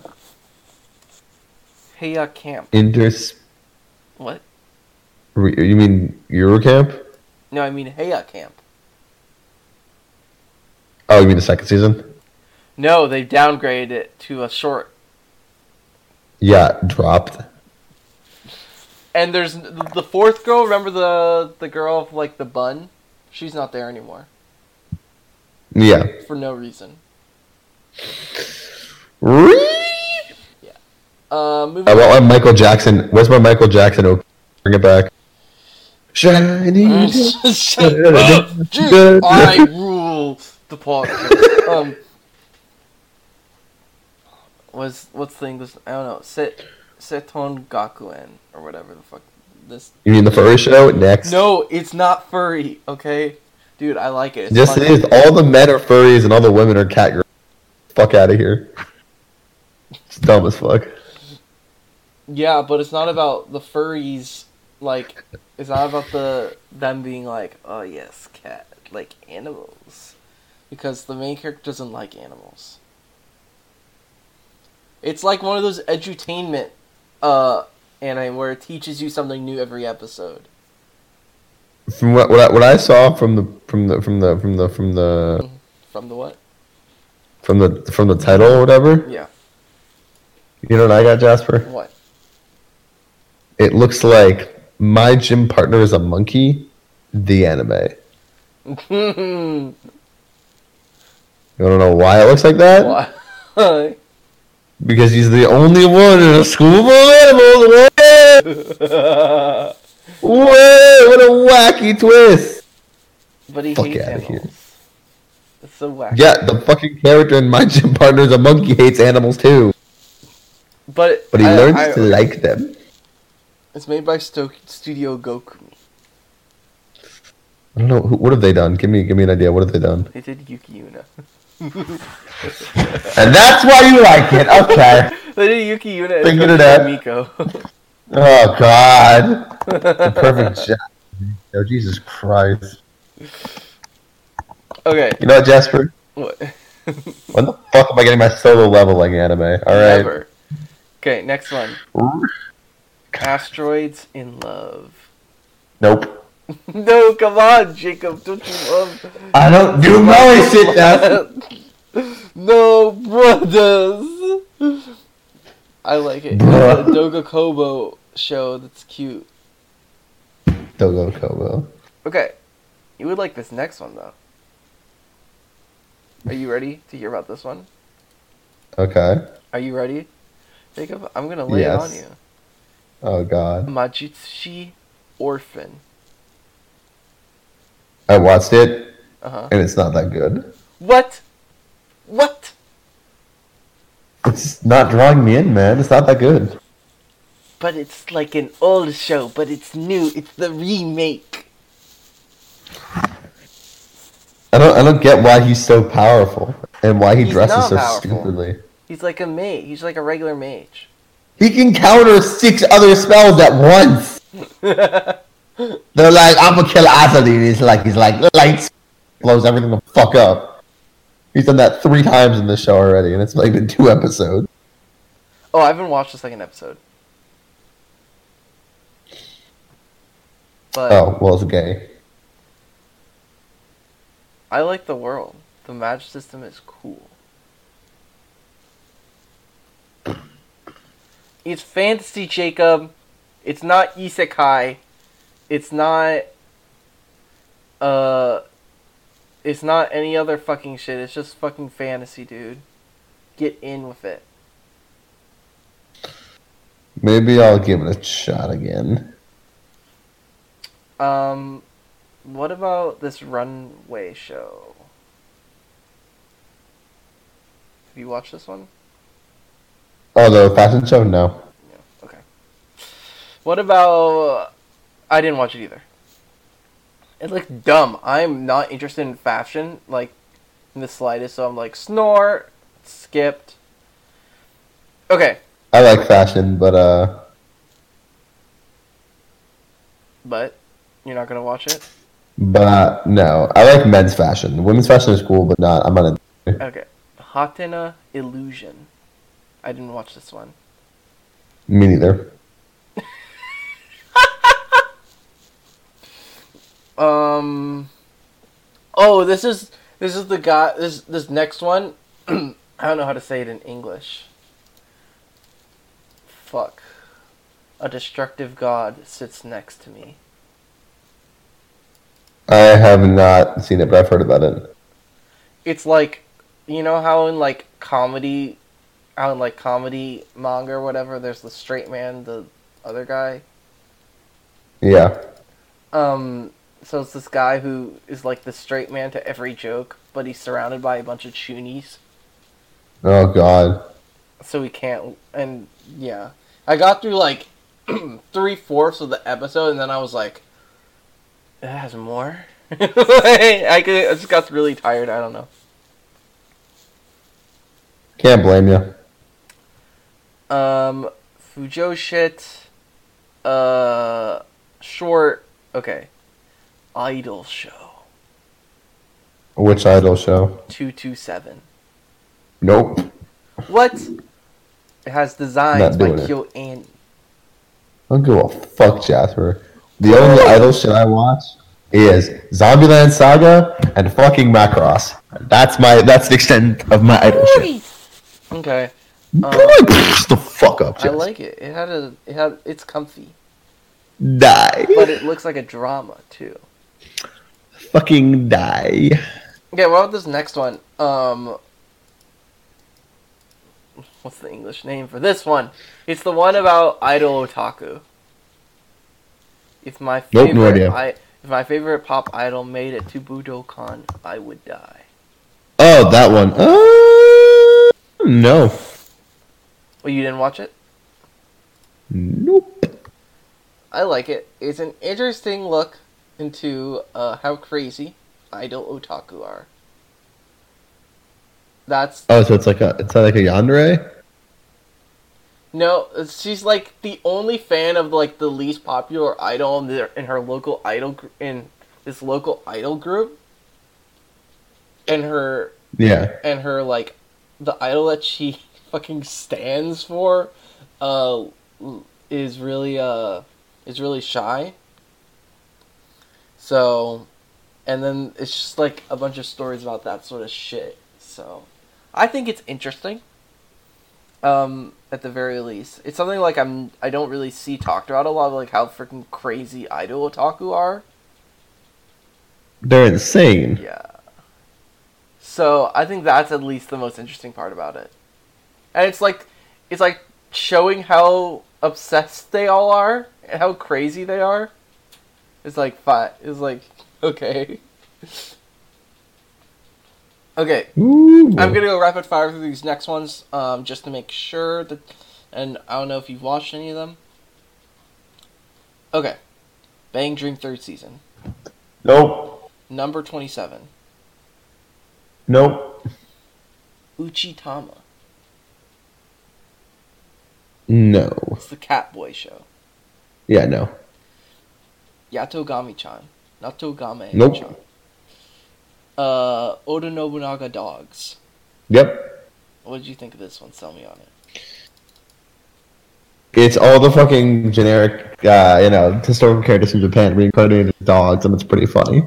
Speaker 1: Heya Camp.
Speaker 2: Inters.
Speaker 1: What?
Speaker 2: re- You mean Eurocamp?
Speaker 1: No, I mean Heya Camp.
Speaker 2: Oh, you mean the second season?
Speaker 1: No, they downgraded it to a short.
Speaker 2: Yeah, dropped.
Speaker 1: And there's the fourth girl. Remember the the girl with like the bun? She's not there anymore
Speaker 2: Yeah.
Speaker 1: for no reason.
Speaker 2: Wee!
Speaker 1: Uh, moving
Speaker 2: I
Speaker 1: on.
Speaker 2: want my Michael Jackson. Where's my Michael Jackson? Oh, Bring it back. Shiny. day.
Speaker 1: Shut up, dude. I rule the podcast. Um, was what's the English? I don't know. Set Seton Gakuen or whatever the fuck this.
Speaker 2: You mean the furry show? Next.
Speaker 1: No, it's not furry. Okay, dude, I like it. It's
Speaker 2: Yes, it
Speaker 1: funny.
Speaker 2: is. All the men are furries and all the women are cat girls. Fuck out of here. It's dumb as fuck.
Speaker 1: Yeah, but it's not about the furries. Like, it's not about the them being like, oh yes, cat, like animals, because the main character doesn't like animals. It's like one of those edutainment uh, anime where it teaches you something new every episode.
Speaker 2: From what what I, what I saw from the from the from the from the from the
Speaker 1: From the what?
Speaker 2: from the from the title or whatever.
Speaker 1: Yeah.
Speaker 2: You know what I got, Jasper?
Speaker 1: What?
Speaker 2: It looks like my gym partner is a monkey. The anime.
Speaker 1: Why?
Speaker 2: You don't know why it looks like that? Because he's the only one in a school full of animals. Whoa!
Speaker 1: but
Speaker 2: Whoa! What a wacky twist!
Speaker 1: he
Speaker 2: Fuck
Speaker 1: hates
Speaker 2: outta here.
Speaker 1: animals. It's so wacky.
Speaker 2: Yeah, the fucking character in my gym partner is a monkey hates animals too,
Speaker 1: But
Speaker 2: but he
Speaker 1: I-
Speaker 2: learns
Speaker 1: I-
Speaker 2: to like them.
Speaker 1: It's made by Sto- Studio Goku.
Speaker 2: I don't know who, what have they done. Give me, give me an idea. What have they done?
Speaker 1: They did Yuki Yuna.
Speaker 2: And that's why you like it. Okay.
Speaker 1: they did Yuki Yuna and
Speaker 2: Thinking it
Speaker 1: Tokyo
Speaker 2: up.
Speaker 1: Miko.
Speaker 2: oh God, the perfect job. Oh Jesus Christ!
Speaker 1: okay.
Speaker 2: You know what, Jasper?
Speaker 1: What?
Speaker 2: When the fuck am I getting my solo leveling anime? All right.
Speaker 1: Never. Okay, next one. Asteroids in Love.
Speaker 2: Nope.
Speaker 1: No, come on, Jacob. Don't you love.
Speaker 2: I don't do my shit, Jasper.
Speaker 1: no, brothers. I like it.
Speaker 2: Bruh.
Speaker 1: The Doga Kobo show that's cute.
Speaker 2: Dogo Kobo.
Speaker 1: Okay. You would like this next one, though. Are you ready to hear about this one?
Speaker 2: Okay.
Speaker 1: Are you ready? Jacob, I'm gonna lay
Speaker 2: Yes.
Speaker 1: it on
Speaker 2: Oh God.
Speaker 1: you. Majutsu Orphan.
Speaker 2: I watched it,
Speaker 1: Uh huh.
Speaker 2: and it's not that good.
Speaker 1: What? What?
Speaker 2: It's not drawing me in, man. It's not that good.
Speaker 1: But it's like an old show, but it's new. It's the remake.
Speaker 2: I don't. I don't get why he's so powerful and why he
Speaker 1: He's
Speaker 2: dresses
Speaker 1: not
Speaker 2: so
Speaker 1: powerful.
Speaker 2: stupidly.
Speaker 1: He's like a mage. He's like a regular mage.
Speaker 2: He can counter six other spells at once.
Speaker 1: Oh,
Speaker 2: They're like, I'm gonna kill Azali. and He's like, he's like, lights blows everything the fuck up. He's done that three times in the show already, and it's like been two episodes.
Speaker 1: Oh, I haven't watched the second episode. But
Speaker 2: Oh, well, it's gay.
Speaker 1: I like the world. The match system is cool. It's fantasy, Jacob. It's not isekai. It's not. Uh. It's not any other fucking shit. It's just fucking fantasy, dude. Get in with it.
Speaker 2: Maybe I'll give it a shot again.
Speaker 1: Um, what about this runway show? Have you watched this one?
Speaker 2: Oh, the fashion show? No.
Speaker 1: No. Okay. What about? I didn't watch it either. It looked dumb. I'm not interested in fashion, like in the slightest. So I'm like snore, skipped. Okay,
Speaker 2: I like fashion, but uh,
Speaker 1: but you're not gonna watch it.
Speaker 2: but no, I like men's fashion. Women's fashion is cool, but not. I'm not. A,
Speaker 1: Okay, Hatena Illusion. I didn't watch this one.
Speaker 2: me neither.
Speaker 1: Um. Oh, this is this is the guy. This this next one. I don't know how to say it in English. Fuck. A destructive god sits next to me.
Speaker 2: I have not seen it, but I've heard about it.
Speaker 1: It's like, you know how in like comedy, how in like comedy manga or whatever, there's the straight man, the other guy.
Speaker 2: Yeah.
Speaker 1: Um. So it's this guy who is like the straight man to every joke, but he's surrounded by a bunch of chunies.
Speaker 2: Oh God.
Speaker 1: so we can't and yeah i got through like three fourths of the episode and then i was like it has more I, could, I just got really tired i don't know
Speaker 2: Can't blame you.
Speaker 1: um fujo shit uh short okay idol show
Speaker 2: Which idol show?
Speaker 1: 227
Speaker 2: Nope.
Speaker 1: what it has designs
Speaker 2: Not
Speaker 1: by
Speaker 2: doing it.
Speaker 1: kyo and
Speaker 2: I'll give a fuck, Jasper. The only idol shit I watch is Zombieland Saga and fucking Macross. That's my. That's the extent of my idol shit.
Speaker 1: okay
Speaker 2: Boy, shut the fuck
Speaker 1: Um,
Speaker 2: up,
Speaker 1: i
Speaker 2: Jasper.
Speaker 1: like it it had a it had it's comfy
Speaker 2: die.
Speaker 1: but it looks like a drama too
Speaker 2: fucking die.
Speaker 1: Okay, what about this next one? Um, what's the English name for this one? It's the one about idol otaku. If my
Speaker 2: Nope,
Speaker 1: favorite,
Speaker 2: no idea.
Speaker 1: I, if my favorite pop idol made it to Budokan, I would die.
Speaker 2: Oh, that one. Uh, no.
Speaker 1: Well, Oh, you didn't watch it.
Speaker 2: Nope.
Speaker 1: I like it. It's an interesting look into uh, how crazy idol otaku are. That's
Speaker 2: Oh, so it's like a. It's like a yandere.
Speaker 1: No, she's like the only fan of like the least popular idol in, their, in her local idol gr- in this local idol group, and her
Speaker 2: Yeah.
Speaker 1: and her like the idol that she fucking stands for, uh, l- is really uh is really shy. So, and then it's just like a bunch of stories about that sort of shit. So, I think it's interesting. Um, at the very least, it's something like I'm I don't really see talked about a lot, like how freaking crazy idol otaku are.
Speaker 2: They're insane.
Speaker 1: Yeah. So I think that's at least the most interesting part about it, and it's like it's like showing how obsessed they all are and how crazy they are. It's like fine. It's like okay. Okay,
Speaker 2: Ooh.
Speaker 1: I'm gonna go rapid fire through these next ones, um, just to make sure that, and I don't know if you've watched any of them, Okay. Bang Dream third season.
Speaker 2: Nope.
Speaker 1: Number 27.
Speaker 2: Nope.
Speaker 1: Uchitama.
Speaker 2: No.
Speaker 1: It's the Catboy show.
Speaker 2: Yeah, no.
Speaker 1: Yatogami-chan. Natogame-chan.
Speaker 2: Nope.
Speaker 1: Uh, Oda Nobunaga Dogs.
Speaker 2: Yep.
Speaker 1: What did you think of this one? Sell me on it.
Speaker 2: It's all the fucking generic, uh, you know, historical characters from Japan reincarnated as dogs, and it's pretty funny.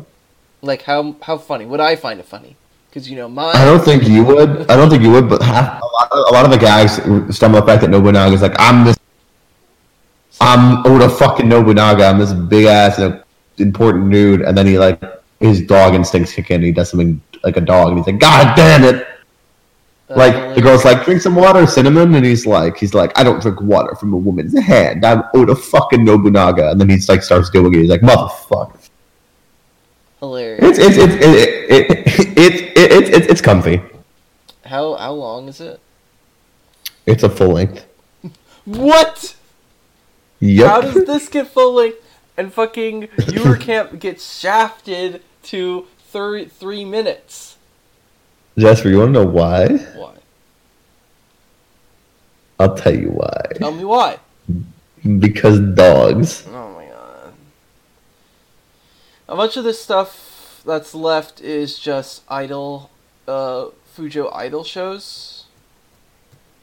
Speaker 1: Like, how how funny? Would I find it funny? Because, you know, mine...
Speaker 2: I don't think you would. I don't think you would, but half, a, lot of, a lot of the guys stumble the fact that Nobunaga's like, I'm this, I'm Oda fucking Nobunaga. I'm this big ass, you know, important dude, and then he like his dog instincts kick in. and He does something like a dog, and he's like, God damn it!
Speaker 1: That's
Speaker 2: Like
Speaker 1: only-
Speaker 2: the girl's like, drink some water, cinnamon, and he's like, he's like, I don't drink water from a woman's hand. I'm Oda fucking Nobunaga, and then he's like, starts doing it. He's like, motherfucker.
Speaker 1: Hilarious.
Speaker 2: It's it's it's it it it it, it, it, it's comfy.
Speaker 1: How, how long is it?
Speaker 2: It's a full length.
Speaker 1: What?
Speaker 2: Yep.
Speaker 1: How does this get full length and fucking viewer camp get shafted to thir- three minutes?
Speaker 2: Jasper, you want to know why?
Speaker 1: Why?
Speaker 2: I'll tell you why.
Speaker 1: Tell me why.
Speaker 2: Because dogs.
Speaker 1: Oh my god. How much of this stuff that's left is just idol, uh, Fujo idol shows?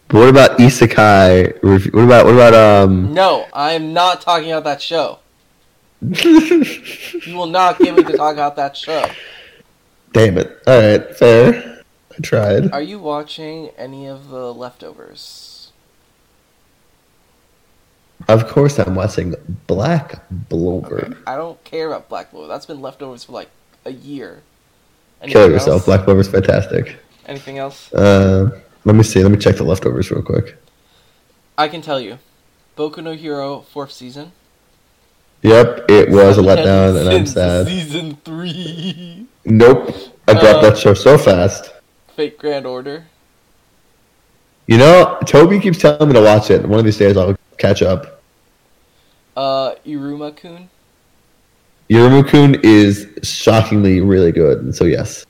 Speaker 2: But what about isekai? ref- What about what about um?
Speaker 1: No, I am not talking about that show. You will not get me to talk about that show.
Speaker 2: Damn it! All right, fair. I tried.
Speaker 1: Are you watching any of the leftovers?
Speaker 2: Of course, I'm watching Black
Speaker 1: Okay.
Speaker 2: Blower.
Speaker 1: I don't care about Black Blue. That's been leftovers for like a year.
Speaker 2: Kill
Speaker 1: Anything
Speaker 2: yourself.
Speaker 1: else?
Speaker 2: Black Blower's fantastic.
Speaker 1: Anything else?
Speaker 2: Uh, let me see. Let me check the leftovers real quick.
Speaker 1: I can tell you. Boku no Hero fourth season.
Speaker 2: Yep, it was a letdown, and I'm
Speaker 1: Since
Speaker 2: sad.
Speaker 1: Season three.
Speaker 2: Nope, I dropped
Speaker 1: Uh,
Speaker 2: that show so fast.
Speaker 1: Fake Grand Order.
Speaker 2: You know, Toby keeps telling me to watch it. One of these days, I'll catch up.
Speaker 1: Uh, Iruma Kun.
Speaker 2: Yurumukun is shockingly really good, and so yes,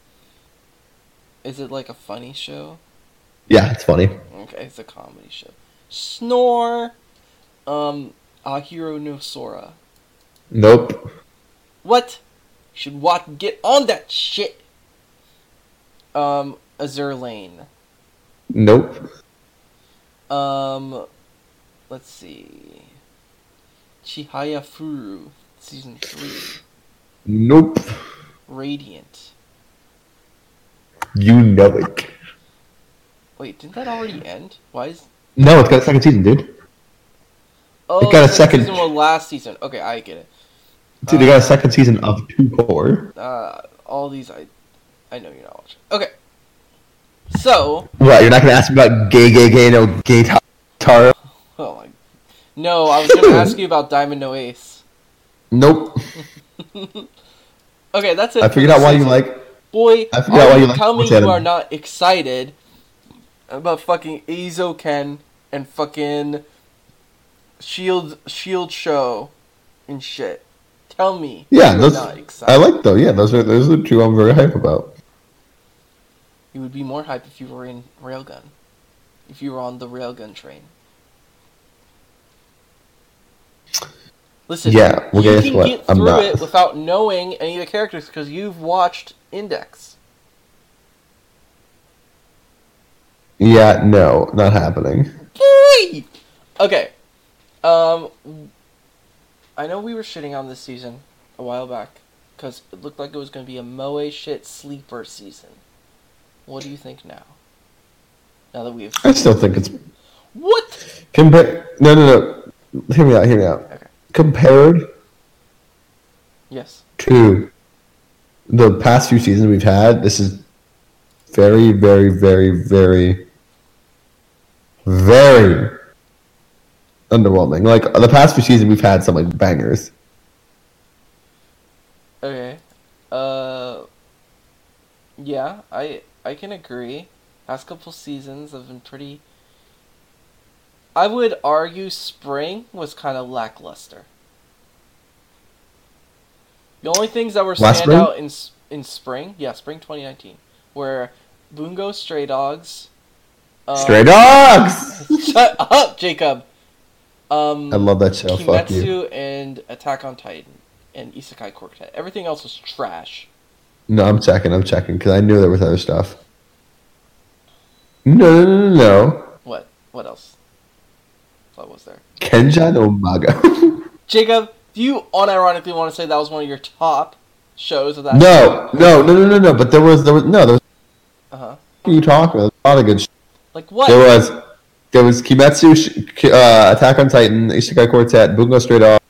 Speaker 1: Is it like a funny show?
Speaker 2: yeah, it's funny.
Speaker 1: Okay, it's a comedy show. Snore. Um, Ahiro no Sora.
Speaker 2: Nope,
Speaker 1: What? You should watch. Get on that shit. Um, Azur Lane.
Speaker 2: nope,
Speaker 1: Um, let's see. Chihaya Furu, season three,
Speaker 2: nope.
Speaker 1: Radiant.
Speaker 2: You know it.
Speaker 1: Wait, didn't that already end? Why is
Speaker 2: No, it's got a second season, dude.
Speaker 1: oh
Speaker 2: It got a
Speaker 1: it's the
Speaker 2: second-
Speaker 1: season one last season? Okay, I get it.
Speaker 2: Dude, they got a second season of Two Core.
Speaker 1: Uh, all these I, I know you're not watching. Okay, so
Speaker 2: What? You're not gonna ask me about gay, gay, gay, no gay ta- Taro?
Speaker 1: oh my, no, I was gonna ask you about Diamond No Ace.
Speaker 2: Nope.
Speaker 1: Okay, that's it.
Speaker 2: I
Speaker 1: for
Speaker 2: figured
Speaker 1: this
Speaker 2: out why you
Speaker 1: season.
Speaker 2: like.
Speaker 1: Boy,
Speaker 2: I forgot
Speaker 1: are
Speaker 2: why
Speaker 1: you
Speaker 2: you like
Speaker 1: tell me
Speaker 2: Sports
Speaker 1: you
Speaker 2: Anime.
Speaker 1: are not excited about fucking Azo Ken and fucking Shield Shield E Show and shit. Tell me.
Speaker 2: Yeah,
Speaker 1: you are
Speaker 2: those
Speaker 1: not excited.
Speaker 2: I like though. Yeah, those are those are two I'm very hype about.
Speaker 1: You would be more hype if you were in Railgun. If you were on the Railgun train. Listen,
Speaker 2: Yeah, well,
Speaker 1: you
Speaker 2: guess
Speaker 1: can
Speaker 2: what?
Speaker 1: get
Speaker 2: I'm
Speaker 1: through
Speaker 2: not.
Speaker 1: it without knowing any of the characters because you've watched Index.
Speaker 2: Yeah, no, not happening.
Speaker 1: Boy! Okay. Um, I know we were shitting on this season a while back because it looked like it was going to be a moe shit sleeper season. What do you think now? Now that we've
Speaker 2: I still think it's
Speaker 1: what?
Speaker 2: compare. No, no, no. Hear me out. Hear me out.
Speaker 1: Okay.
Speaker 2: Compared
Speaker 1: Yes.
Speaker 2: to the past few seasons we've had, this is very, very, very, very, very underwhelming. Like the past few seasons, we've had some like bangers.
Speaker 1: Okay. Uh. Yeah, I I can agree. Last couple seasons have been pretty. I would argue spring was kind of lackluster. The only things that were
Speaker 2: Last
Speaker 1: stand out in s- in spring, yeah, spring 2019, were Bungo Stray Dogs. um,
Speaker 2: Stray Dogs.
Speaker 1: Shut up, Jacob. Um,
Speaker 2: I love that show. Fuck you.
Speaker 1: Kimetsu and Attack on Titan and Isekai Quartet. Everything else was trash.
Speaker 2: No, I'm checking. I'm checking because I knew there was other stuff. No, no, no, no.
Speaker 1: What? What else? What was there?
Speaker 2: Kenjan Omaga.
Speaker 1: Jacob, do you unironically want to say that was one of your top shows of that?
Speaker 2: no, no, no, no, no, no. But there was there was no there was
Speaker 1: Uh huh.
Speaker 2: what are you talking about? There's A lot of good. Sh-
Speaker 1: Like what?
Speaker 2: there was there was Kimetsu, sh- Ki- uh, Attack on Titan, Isekai Quartet, Bungo Straight Off.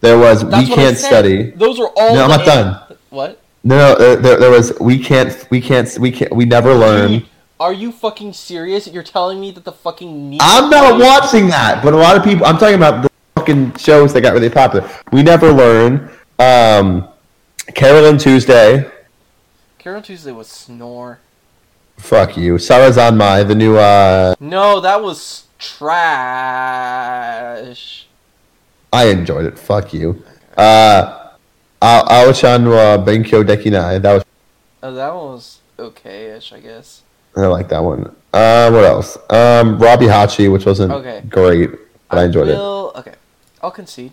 Speaker 2: There was
Speaker 1: That's
Speaker 2: We
Speaker 1: what I
Speaker 2: Can't
Speaker 1: said.
Speaker 2: Study.
Speaker 1: Those were all.
Speaker 2: No, I'm
Speaker 1: the
Speaker 2: not done.
Speaker 1: What?
Speaker 2: No, no, there, there, there was we can't, we can't, we can't, we never learn.
Speaker 1: Dude, Are you fucking serious? You're telling me that the fucking. Neat-
Speaker 2: I'm not watching that, but a lot of people. I'm talking about the fucking shows that got really popular. We never learn. Um, Carolyn Tuesday.
Speaker 1: Carol Tuesday was snore.
Speaker 2: Fuck you. Sarah's on my the new. uh
Speaker 1: No, that was trash.
Speaker 2: I enjoyed it. Fuck you. Uh, A- Aochan wa Benkyo Dekinai. That was.
Speaker 1: Oh, that one was okay-ish, I guess.
Speaker 2: I like that one. Uh, what else? Um, Robbie Hachi, which wasn't
Speaker 1: Okay.
Speaker 2: great, but I enjoyed it.
Speaker 1: will, Okay, I'll concede.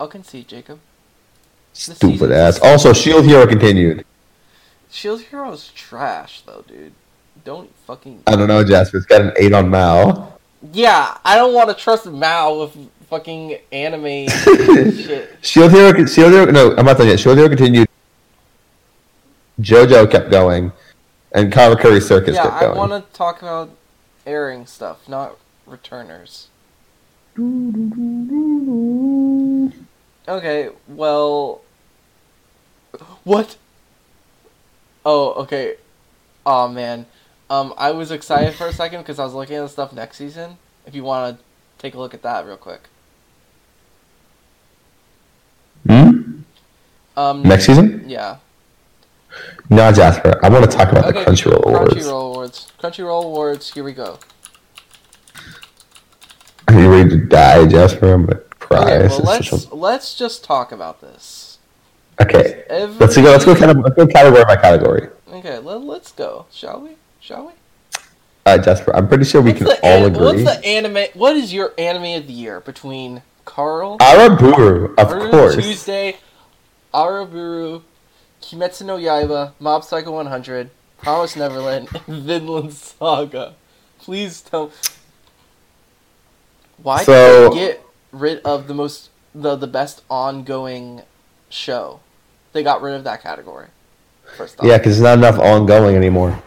Speaker 1: I'll concede, Jacob.
Speaker 2: Stupid
Speaker 1: season-
Speaker 2: ass. Also, Shield Hero continued.
Speaker 1: Shield Hero is trash, though, dude. Don't fucking.
Speaker 2: I don't know, Jasper. It's got an eight on Mal.
Speaker 1: Yeah, I don't want to trust Mao with fucking anime shit.
Speaker 2: Shield Hero, Shield Hero, no, I'm not done yet. Shield Hero continued. JoJo kept going, and Kamakuri Circus
Speaker 1: yeah,
Speaker 2: kept
Speaker 1: I
Speaker 2: going.
Speaker 1: want to talk about airing stuff, not returners. Okay, well. What? Oh, okay. Oh man, um, I was excited for a second because I was looking at the stuff next season. If you want to take a look at that real quick.
Speaker 2: Hmm?
Speaker 1: Um,
Speaker 2: Next season?
Speaker 1: Yeah.
Speaker 2: No, Jasper. I want to talk about
Speaker 1: Okay.
Speaker 2: the Crunchyroll Awards.
Speaker 1: Crunchyroll awards. Crunchyroll awards. Here we go.
Speaker 2: Are you ready to die, Jasper? I'm gonna cry.
Speaker 1: Okay,
Speaker 2: This
Speaker 1: well
Speaker 2: is such
Speaker 1: let's let's just talk about this.
Speaker 2: a- okay.
Speaker 1: Every...
Speaker 2: Let's go. Let's go. Kind of, let's go category by category.
Speaker 1: Okay, let, let's go. Shall we? Shall we?
Speaker 2: Uh, Jasper, I'm pretty sure we
Speaker 1: What's
Speaker 2: can
Speaker 1: the
Speaker 2: all
Speaker 1: an- What's
Speaker 2: agree.
Speaker 1: the anime? What is your anime of the year between Carl?
Speaker 2: Araburu, of
Speaker 1: Araburu
Speaker 2: course.
Speaker 1: Tuesday, Araburu, Kimetsu no Yaiba, Mob Psycho 100, Promise Neverland, and Vinland Saga. Please tell. Why did
Speaker 2: So-
Speaker 1: they get rid of the most the the best ongoing show? They got rid of that category. First off,
Speaker 2: Yeah, because there's not enough ongoing anymore.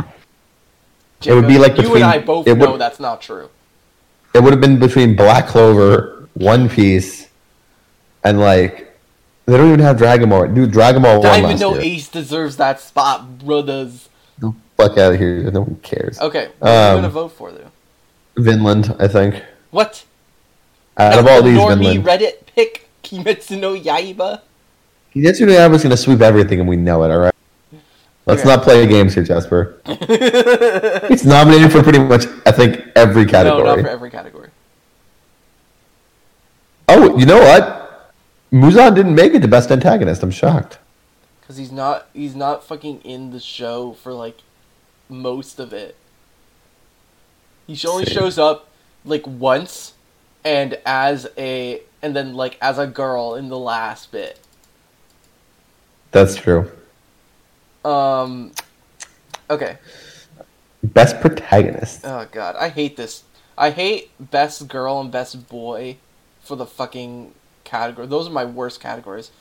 Speaker 2: it would be
Speaker 1: Jacob,
Speaker 2: like
Speaker 1: you and
Speaker 2: between-
Speaker 1: I both
Speaker 2: it would-
Speaker 1: know that's not true.
Speaker 2: it would have been between Black Clover, One Piece, and like they don't even have Dragon Ball. Dude, Dragon Ball won
Speaker 1: Diamond
Speaker 2: last
Speaker 1: No
Speaker 2: year.
Speaker 1: Ace deserves that spot, brothers.
Speaker 2: The fuck out of here! No one cares.
Speaker 1: Okay, what are you
Speaker 2: Um,
Speaker 1: gonna vote for though?
Speaker 2: Vinland, I think.
Speaker 1: What?
Speaker 2: Out of
Speaker 1: That's
Speaker 2: all
Speaker 1: the
Speaker 2: these,
Speaker 1: normie
Speaker 2: Vinland.
Speaker 1: Reddit pick Kimetsu no Yaiba.
Speaker 2: Kimetsu no Yaiba's gonna sweep everything, and we know it. All right. Let's
Speaker 1: Okay.
Speaker 2: not play games here, Jasper. It's nominated for pretty much, I think, every
Speaker 1: No, not
Speaker 2: category.
Speaker 1: for every category.
Speaker 2: oh, you know what? Muzan didn't make it to best antagonist. I'm shocked.
Speaker 1: Cause he's not he's not fucking in the show for like most of it. He sh- only
Speaker 2: See.
Speaker 1: shows up like once and as a and then like as a girl in the last bit.
Speaker 2: That's true.
Speaker 1: Um Okay.
Speaker 2: Best protagonist.
Speaker 1: Oh god, I hate this. I hate best girl and best boy for the fucking category. Those are my worst categories.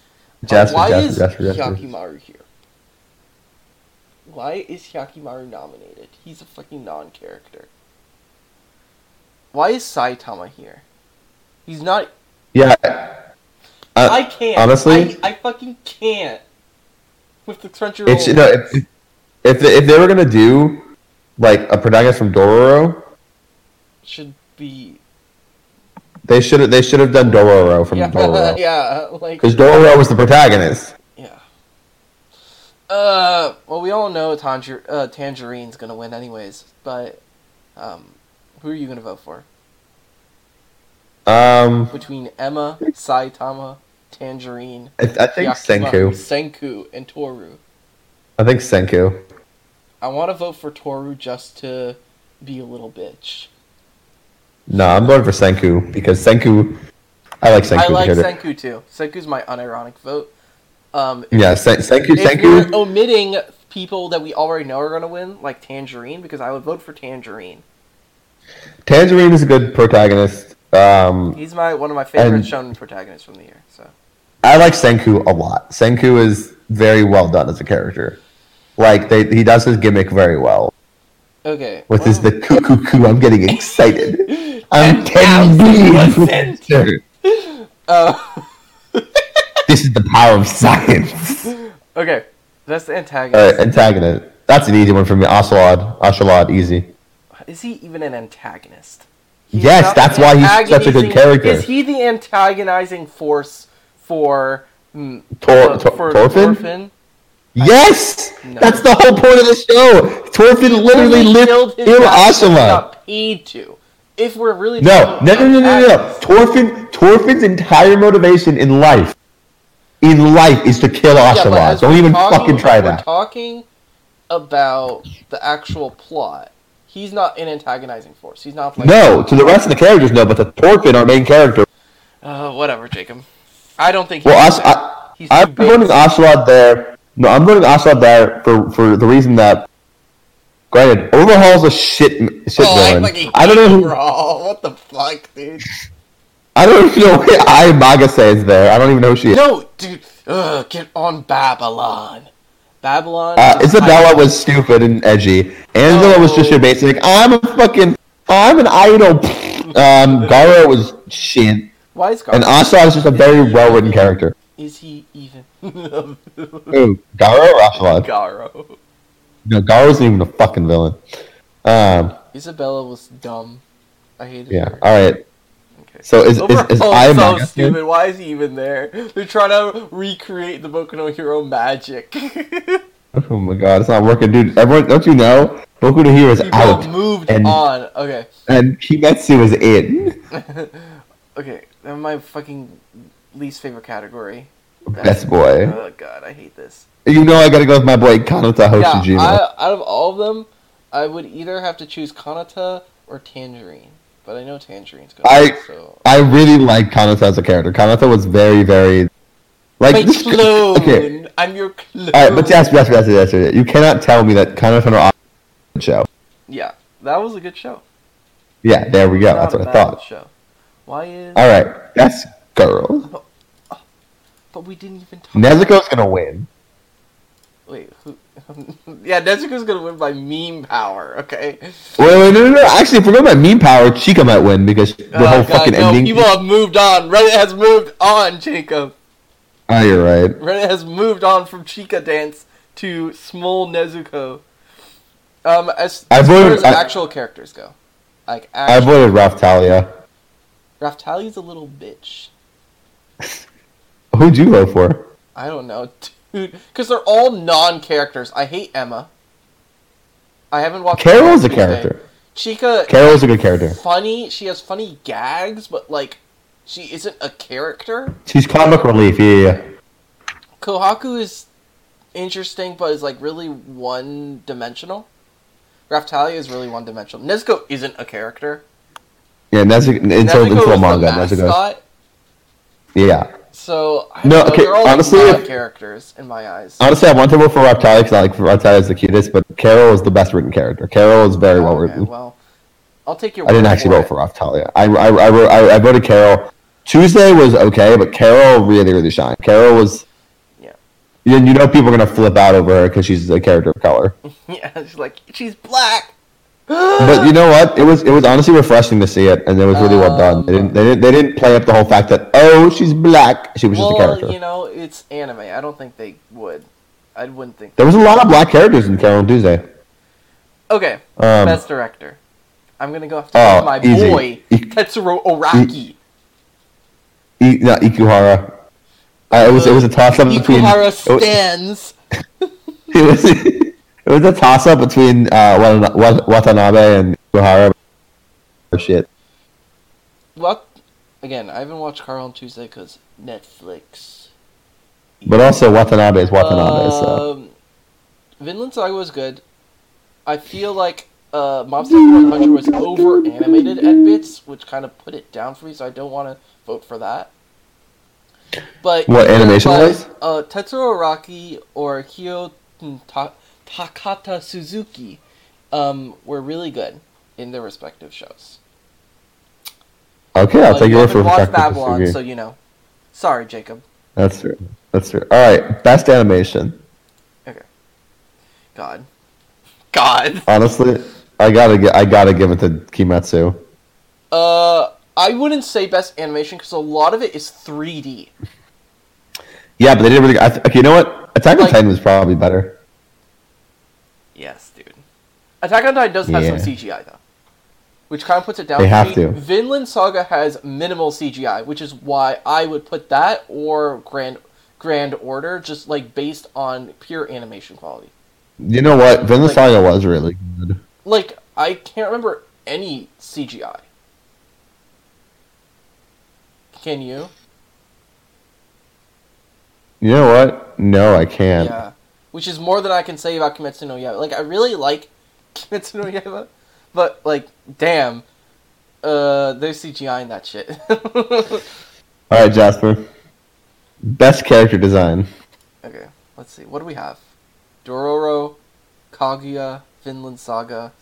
Speaker 1: Like,
Speaker 2: Jasper,
Speaker 1: why
Speaker 2: Jasper,
Speaker 1: is
Speaker 2: Jasper, Jasper.
Speaker 1: Hyakimaru here? Why is Hyakimaru nominated? He's a fucking non-character. Why is Saitama here? He's not.
Speaker 2: Yeah. Uh,
Speaker 1: I can't.
Speaker 2: honestly?
Speaker 1: I, I fucking can't. With the Crunchyroll,
Speaker 2: It's you know if if they, if they were gonna do like a protagonist from Dororo,
Speaker 1: should be.
Speaker 2: they should have they should have done Dororo from
Speaker 1: yeah,
Speaker 2: Dororo
Speaker 1: yeah, like
Speaker 2: because Dororo was the protagonist.
Speaker 1: Yeah. Uh, well, we all know Tanger- uh, Tangerine's gonna win anyways, but um, who are you gonna vote for
Speaker 2: Um,
Speaker 1: between Emma, Saitama, Tangerine,
Speaker 2: I, I think
Speaker 1: Yakuba,
Speaker 2: Senku.
Speaker 1: Senku, and Toru.
Speaker 2: I think Senku.
Speaker 1: I want to vote for Toru just to be a little bitch.
Speaker 2: No, I'm going for Senku because Senku. I like Senku.
Speaker 1: I like
Speaker 2: because-
Speaker 1: Senku too. Senku's my unironic vote. Um,
Speaker 2: Yeah, Sen- Senku.
Speaker 1: if
Speaker 2: Senku.
Speaker 1: you're omitting people that we already know are going to win, like Tangerine, because I would vote for Tangerine.
Speaker 2: Tangerine is a good protagonist. Um,
Speaker 1: He's my one of my favorite
Speaker 2: And-
Speaker 1: shonen protagonists from the year. So
Speaker 2: I like Senku a lot. Senku is very well done as a character. Like they, he does his gimmick very well.
Speaker 1: okay,
Speaker 2: What is
Speaker 1: well,
Speaker 2: the coo coo coo? I'm getting excited. I'm 10 billion
Speaker 1: 10,000%.
Speaker 2: percent sure.
Speaker 1: Uh,
Speaker 2: This is the power of science.
Speaker 1: okay, that's the
Speaker 2: All right,
Speaker 1: antagonist.
Speaker 2: antagonist. That's an easy one for me. Ocelot. Ocelot, easy.
Speaker 1: Is he even an antagonist?
Speaker 2: Yes,
Speaker 1: not
Speaker 2: that's why he's such a good
Speaker 1: antagonizing-
Speaker 2: character.
Speaker 1: Is he the antagonizing force for mm,
Speaker 2: Tor-
Speaker 1: uh,
Speaker 2: Tor-
Speaker 1: for
Speaker 2: Thorfinn?
Speaker 1: Thorfinn?
Speaker 2: Yes,
Speaker 1: No.
Speaker 2: that's the whole point of the show. Torfin literally lived
Speaker 1: his
Speaker 2: in
Speaker 1: guy because he
Speaker 2: Ocelot.
Speaker 1: Got paid to. If we're really
Speaker 2: No,
Speaker 1: talking
Speaker 2: no,
Speaker 1: about
Speaker 2: no, no, no, no.
Speaker 1: antagonist-
Speaker 2: Torfin, Torfin's entire motivation in life, in life, is to kill
Speaker 1: Yeah, but
Speaker 2: Ocelot.
Speaker 1: as
Speaker 2: Don't
Speaker 1: we're
Speaker 2: even
Speaker 1: talking-
Speaker 2: fucking try
Speaker 1: as We're
Speaker 2: that.
Speaker 1: talking about the actual plot. He's not an antagonizing force. He's not like
Speaker 2: No, to the rest of the characters, no, but to Torfin, our main character.
Speaker 1: Uh, whatever, Jacob. I don't think.
Speaker 2: Well,
Speaker 1: he's
Speaker 2: Os- I,
Speaker 1: he's
Speaker 2: I'm
Speaker 1: too
Speaker 2: voting
Speaker 1: big.
Speaker 2: Ocelot there. No, I'm voting Ocelot there for, for the reason that, granted, Overhaul's a shit m- shit villain.
Speaker 1: Oh, fucking
Speaker 2: I don't know
Speaker 1: hate
Speaker 2: who
Speaker 1: Raw. What the fuck, dude?
Speaker 2: I don't even know why I Magase is there. I don't even know who she is.
Speaker 1: No, dude. Ugh, get on Babylon. Babylon.
Speaker 2: Uh,
Speaker 1: is
Speaker 2: Isabella
Speaker 1: like-
Speaker 2: was stupid and edgy. Angela was just your basic. I'm a fucking. I'm an idol. um, Garo was shit,
Speaker 1: Why is Gar-
Speaker 2: and Asa is just a very well written character.
Speaker 1: Is he even
Speaker 2: Who? Garo or Ashalad?
Speaker 1: Garo?
Speaker 2: No, Garo isn't even a fucking villain. Um,
Speaker 1: Isabella was dumb. I hated
Speaker 2: yeah.
Speaker 1: her.
Speaker 2: All right.
Speaker 1: Okay.
Speaker 2: So is is, is,
Speaker 1: Overall,
Speaker 2: I
Speaker 1: Oh, so
Speaker 2: Magase?
Speaker 1: stupid. Why is he even there? They're trying to recreate the Boku no Hero magic.
Speaker 2: Oh my god, it's not working, dude. Everyone, don't you know? Boku no Hero is
Speaker 1: People
Speaker 2: out,
Speaker 1: moved
Speaker 2: and-
Speaker 1: on. Okay.
Speaker 2: and Kimetsu is in.
Speaker 1: okay, they're my fucking least favorite category.
Speaker 2: Best boy.
Speaker 1: Oh god, I hate this.
Speaker 2: You know I gotta go with my boy Kanata
Speaker 1: Yeah,
Speaker 2: Hoshijima.
Speaker 1: I, out of all of them, I would either have to choose Kanata or Tangerine, but I know Tangerine's gonna.
Speaker 2: I-
Speaker 1: win, so.
Speaker 2: I really like Kanata as a character. Kanata was very, very like
Speaker 1: My
Speaker 2: this-
Speaker 1: clone.
Speaker 2: Okay,
Speaker 1: I'm your clone.
Speaker 2: all right, but yes, yes, yes, yes, yes. You cannot tell me that Kanata and Rock- show.
Speaker 1: yeah, that was a good show.
Speaker 2: Yeah, there we go.
Speaker 1: Not
Speaker 2: That's
Speaker 1: a
Speaker 2: what I
Speaker 1: bad
Speaker 2: thought.
Speaker 1: Show. Why is?
Speaker 2: All right, that's girl.
Speaker 1: But we didn't even talk.
Speaker 2: Nezuko's gonna win.
Speaker 1: Wait, who? yeah, Nezuko's gonna win by meme power. Okay.
Speaker 2: Wait, wait, no, no, no. Actually, if we're going by meme power, Chica might win because the
Speaker 1: Oh,
Speaker 2: whole
Speaker 1: God,
Speaker 2: fucking
Speaker 1: no,
Speaker 2: ending.
Speaker 1: People have moved on. Reddit has moved on, Jacob.
Speaker 2: Oh, you're right.
Speaker 1: Reddit has moved on from Chica Dance to Small Nezuko. Um, as,
Speaker 2: I
Speaker 1: as far
Speaker 2: voted-
Speaker 1: as
Speaker 2: I-
Speaker 1: actual characters go, like
Speaker 2: I
Speaker 1: actual,
Speaker 2: voted Ralph Talia.
Speaker 1: Raftali's a little bitch.
Speaker 2: Who'd you vote for?
Speaker 1: I don't know, dude, because they're all non-characters. I hate Emma. I haven't watched.
Speaker 2: Carol's a
Speaker 1: Chica.
Speaker 2: character.
Speaker 1: Chica
Speaker 2: Carol's a good character.
Speaker 1: funny. She has funny gags, but like, she isn't a character.
Speaker 2: She's comic relief. Yeah, yeah.
Speaker 1: Kohaku is interesting, but is like really one dimensional. Raftalia is really one dimensional. Nezuko isn't a character.
Speaker 2: Yeah, Nezuko until
Speaker 1: Nezuko
Speaker 2: until
Speaker 1: is
Speaker 2: manga.
Speaker 1: the
Speaker 2: Nezuko.
Speaker 1: mascot,
Speaker 2: Yeah.
Speaker 1: so I
Speaker 2: No,
Speaker 1: don't know,
Speaker 2: okay,
Speaker 1: they're all honestly,
Speaker 2: honestly,
Speaker 1: like, non-
Speaker 2: if-
Speaker 1: characters in my eyes.
Speaker 2: Honestly, I want to vote for Reptalia because I like Reptalia is the cutest, but Carol is the best written character. Carol is very well
Speaker 1: Okay,
Speaker 2: written.
Speaker 1: well, I'll take your.
Speaker 2: I didn't
Speaker 1: word
Speaker 2: actually vote
Speaker 1: it.
Speaker 2: for Reptalia. I, I, I, wrote- I, I voted Carol. Tuesday was okay, but Carol really, really shined. Carol was.
Speaker 1: Yeah.
Speaker 2: You, you know people are going to flip out over her because she's a character of color.
Speaker 1: Yeah, she's like she's black.
Speaker 2: But you know what? It was it was honestly refreshing to see it, and it was really well done. They didn't, they didn't they didn't play up the whole fact that oh she's black. She was just a
Speaker 1: well,
Speaker 2: character.
Speaker 1: you know, it's anime. I don't think they would. I wouldn't think.
Speaker 2: There was a lot of black characters in Carol on Tuesday.
Speaker 1: Okay,
Speaker 2: Um,
Speaker 1: best director. I'm gonna go after
Speaker 2: Oh,
Speaker 1: my
Speaker 2: easy.
Speaker 1: boy
Speaker 2: E-
Speaker 1: Tetsuro Araki.
Speaker 2: I, no, Ikuhara. Uh, it was it was a toss up between
Speaker 1: Ikuhara
Speaker 2: it was-
Speaker 1: stands.
Speaker 2: it was it was a toss up between uh, Wana- Wa- Watanabe and Ikuhara. Oh, shit.
Speaker 1: What? Again, I haven't watched Carl on Tuesday because Netflix.
Speaker 2: But also Watanabe is Watanabe. so
Speaker 1: Um, Vinland Saga was good. I feel like uh, Mob Psycho 100 was over animated at bits, which kind of put it down for me, so I don't want to vote for that. But
Speaker 2: What, animation-wise?
Speaker 1: but, Uh, Tetsuro Araki or Kyo Ta- Takata Suzuki um, were really good in their respective shows.
Speaker 2: okay, I'll
Speaker 1: Uh, But
Speaker 2: take
Speaker 1: you
Speaker 2: your word
Speaker 1: haven't
Speaker 2: for
Speaker 1: watched
Speaker 2: it.
Speaker 1: Babylon, so you know. Sorry, Jacob.
Speaker 2: That's true. That's true. All right, best animation.
Speaker 1: God. God.
Speaker 2: Honestly, I gotta gi- I gotta give it to Kimetsu.
Speaker 1: Uh, I wouldn't say best animation because a lot of it is 3D.
Speaker 2: Yeah, but they didn't really. I th- okay, you know what? Attack on
Speaker 1: Like-
Speaker 2: Titan was probably better.
Speaker 1: Yes, dude. Attack on Titan does have
Speaker 2: Yeah.
Speaker 1: some CGI though, which kind of puts it down.
Speaker 2: They
Speaker 1: for
Speaker 2: have
Speaker 1: me.
Speaker 2: to.
Speaker 1: Vinland Saga has minimal CGI, which is why I would put that or Grand Grand Order just like based on pure animation quality.
Speaker 2: You know what? Vinland
Speaker 1: Like-
Speaker 2: Saga was really good.
Speaker 1: Like I can't remember any CGI. Can you?
Speaker 2: You know what? No, I can't.
Speaker 1: Yeah. Which is more than I can say about Kimetsu no Yaiba. Like, I really like Kimetsu no Yaiba, but, like, damn. Uh, there's CGI in that shit.
Speaker 2: All right, Jasper. Best character design.
Speaker 1: okay, let's see. What do we have? Dororo, Kaguya, Finland Saga,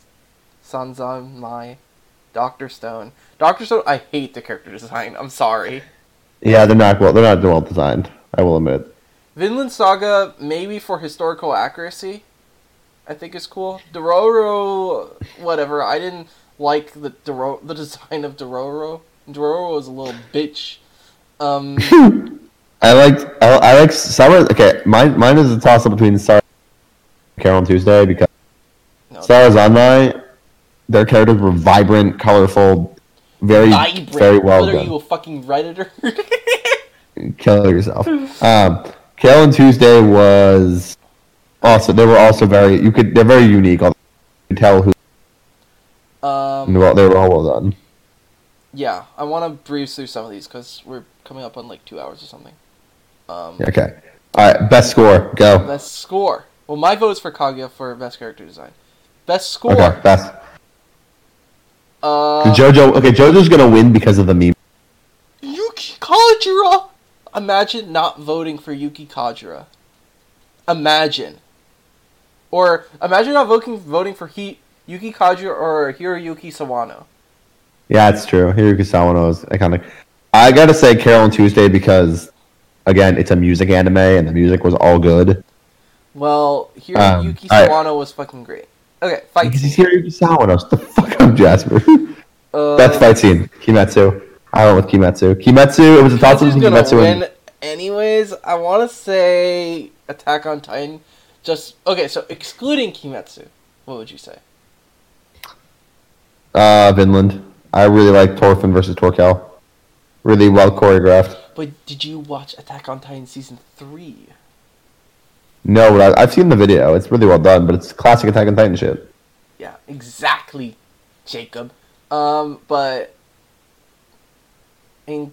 Speaker 1: Sanzan Mai, Doctor Stone. Doctor Stone, I hate the character design. I'm sorry.
Speaker 2: Yeah, they're not well. They're not well designed. I will admit.
Speaker 1: Vinland Saga, maybe for historical accuracy, I think is cool. Dororo, whatever. I didn't like the Doro- the design of Dororo. Dororo was a little bitch. Um,
Speaker 2: I like I, I like Summer. Okay, mine mine is a toss up between Star Carol on Tuesday because
Speaker 1: no,
Speaker 2: Stars Online, their characters were vibrant, colorful, very
Speaker 1: vibrant.
Speaker 2: very well
Speaker 1: Whether
Speaker 2: done.
Speaker 1: you a fucking redditor.
Speaker 2: Kill yourself. Um, Carol on Tuesday was also they were also very you could they're very unique. although You could tell who
Speaker 1: um,
Speaker 2: well they were all well done.
Speaker 1: yeah, I want to breeze through some of these because we're coming up on like two hours or something. Um,
Speaker 2: Okay, all right, best score go.
Speaker 1: best score. Well, my vote's for Kaguya for best character design. Best score.
Speaker 2: Okay, best
Speaker 1: Uh,
Speaker 2: JoJo. Okay, JoJo's gonna win because of the meme.
Speaker 1: Yuki Kajira! Imagine not voting for Yuki Kajira. Imagine. Or imagine not voting voting for he, Yuki Kajira or Hiroyuki Sawano.
Speaker 2: Yeah, it's true. Hiroki Sawano is iconic. I gotta say Carol on Tuesday because, again, it's a music anime and the music was all good.
Speaker 1: Well,
Speaker 2: Um,
Speaker 1: Hiroyuki Yuki
Speaker 2: alright.
Speaker 1: Sawano was fucking great. Okay, fight
Speaker 2: Because he's
Speaker 1: scene.
Speaker 2: Hiroki Sawano. Shut the fuck up, Jasper.
Speaker 1: Uh,
Speaker 2: Best fight scene. Kimetsu. I went with Kimetsu. Kimetsu. It was a toss up
Speaker 1: Who's
Speaker 2: between
Speaker 1: gonna
Speaker 2: Kimetsu
Speaker 1: win?
Speaker 2: and
Speaker 1: Anyways, I want to say Attack on Titan. Just okay, so excluding Kimetsu, what would you say?
Speaker 2: uh, Vinland. I really like Torfin versus Torkel. Really well choreographed.
Speaker 1: But did you watch Attack on Titan season three?
Speaker 2: No, but I, I've seen the video. It's really well done, but it's classic Attack on Titan shit.
Speaker 1: Yeah, exactly, Jacob. Um, but in,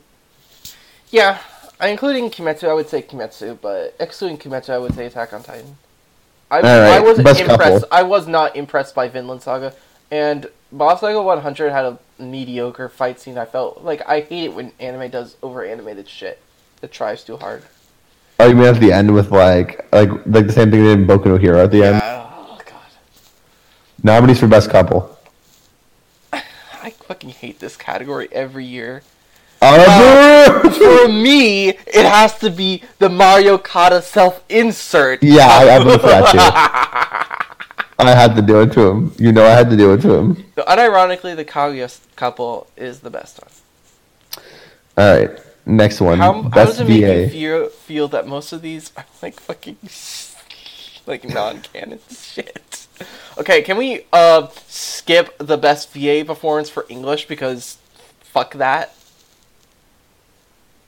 Speaker 1: yeah, including Kimetsu, I would say Kimetsu, but excluding Kimetsu, I would say Attack on Titan. I,
Speaker 2: right,
Speaker 1: I wasn't
Speaker 2: best
Speaker 1: impressed.
Speaker 2: couple.
Speaker 1: I was not impressed by Vinland Saga, and Bob Saga 100 had a mediocre fight scene. I felt like I hate it when anime does over animated shit that tries too hard.
Speaker 2: Oh, you mean at the end with like like like the same thing they did in Boku no Hero at the end?
Speaker 1: Oh god,
Speaker 2: Nominees for best couple.
Speaker 1: I fucking hate this category every year.
Speaker 2: Oh,
Speaker 1: for me, it has to be the Mario Kata self insert.
Speaker 2: yeah, I, I voted for that too. I had to do it to him. You know, I had to do it to him.
Speaker 1: Unironically, the Kaguya s- couple is the best one.
Speaker 2: All right, next one.
Speaker 1: How, how
Speaker 2: Um, Best
Speaker 1: does it make you
Speaker 2: VA.
Speaker 1: feel, feel that most of these are like fucking like non canon shit? Okay, can we uh skip the best VA performance for English because fuck that.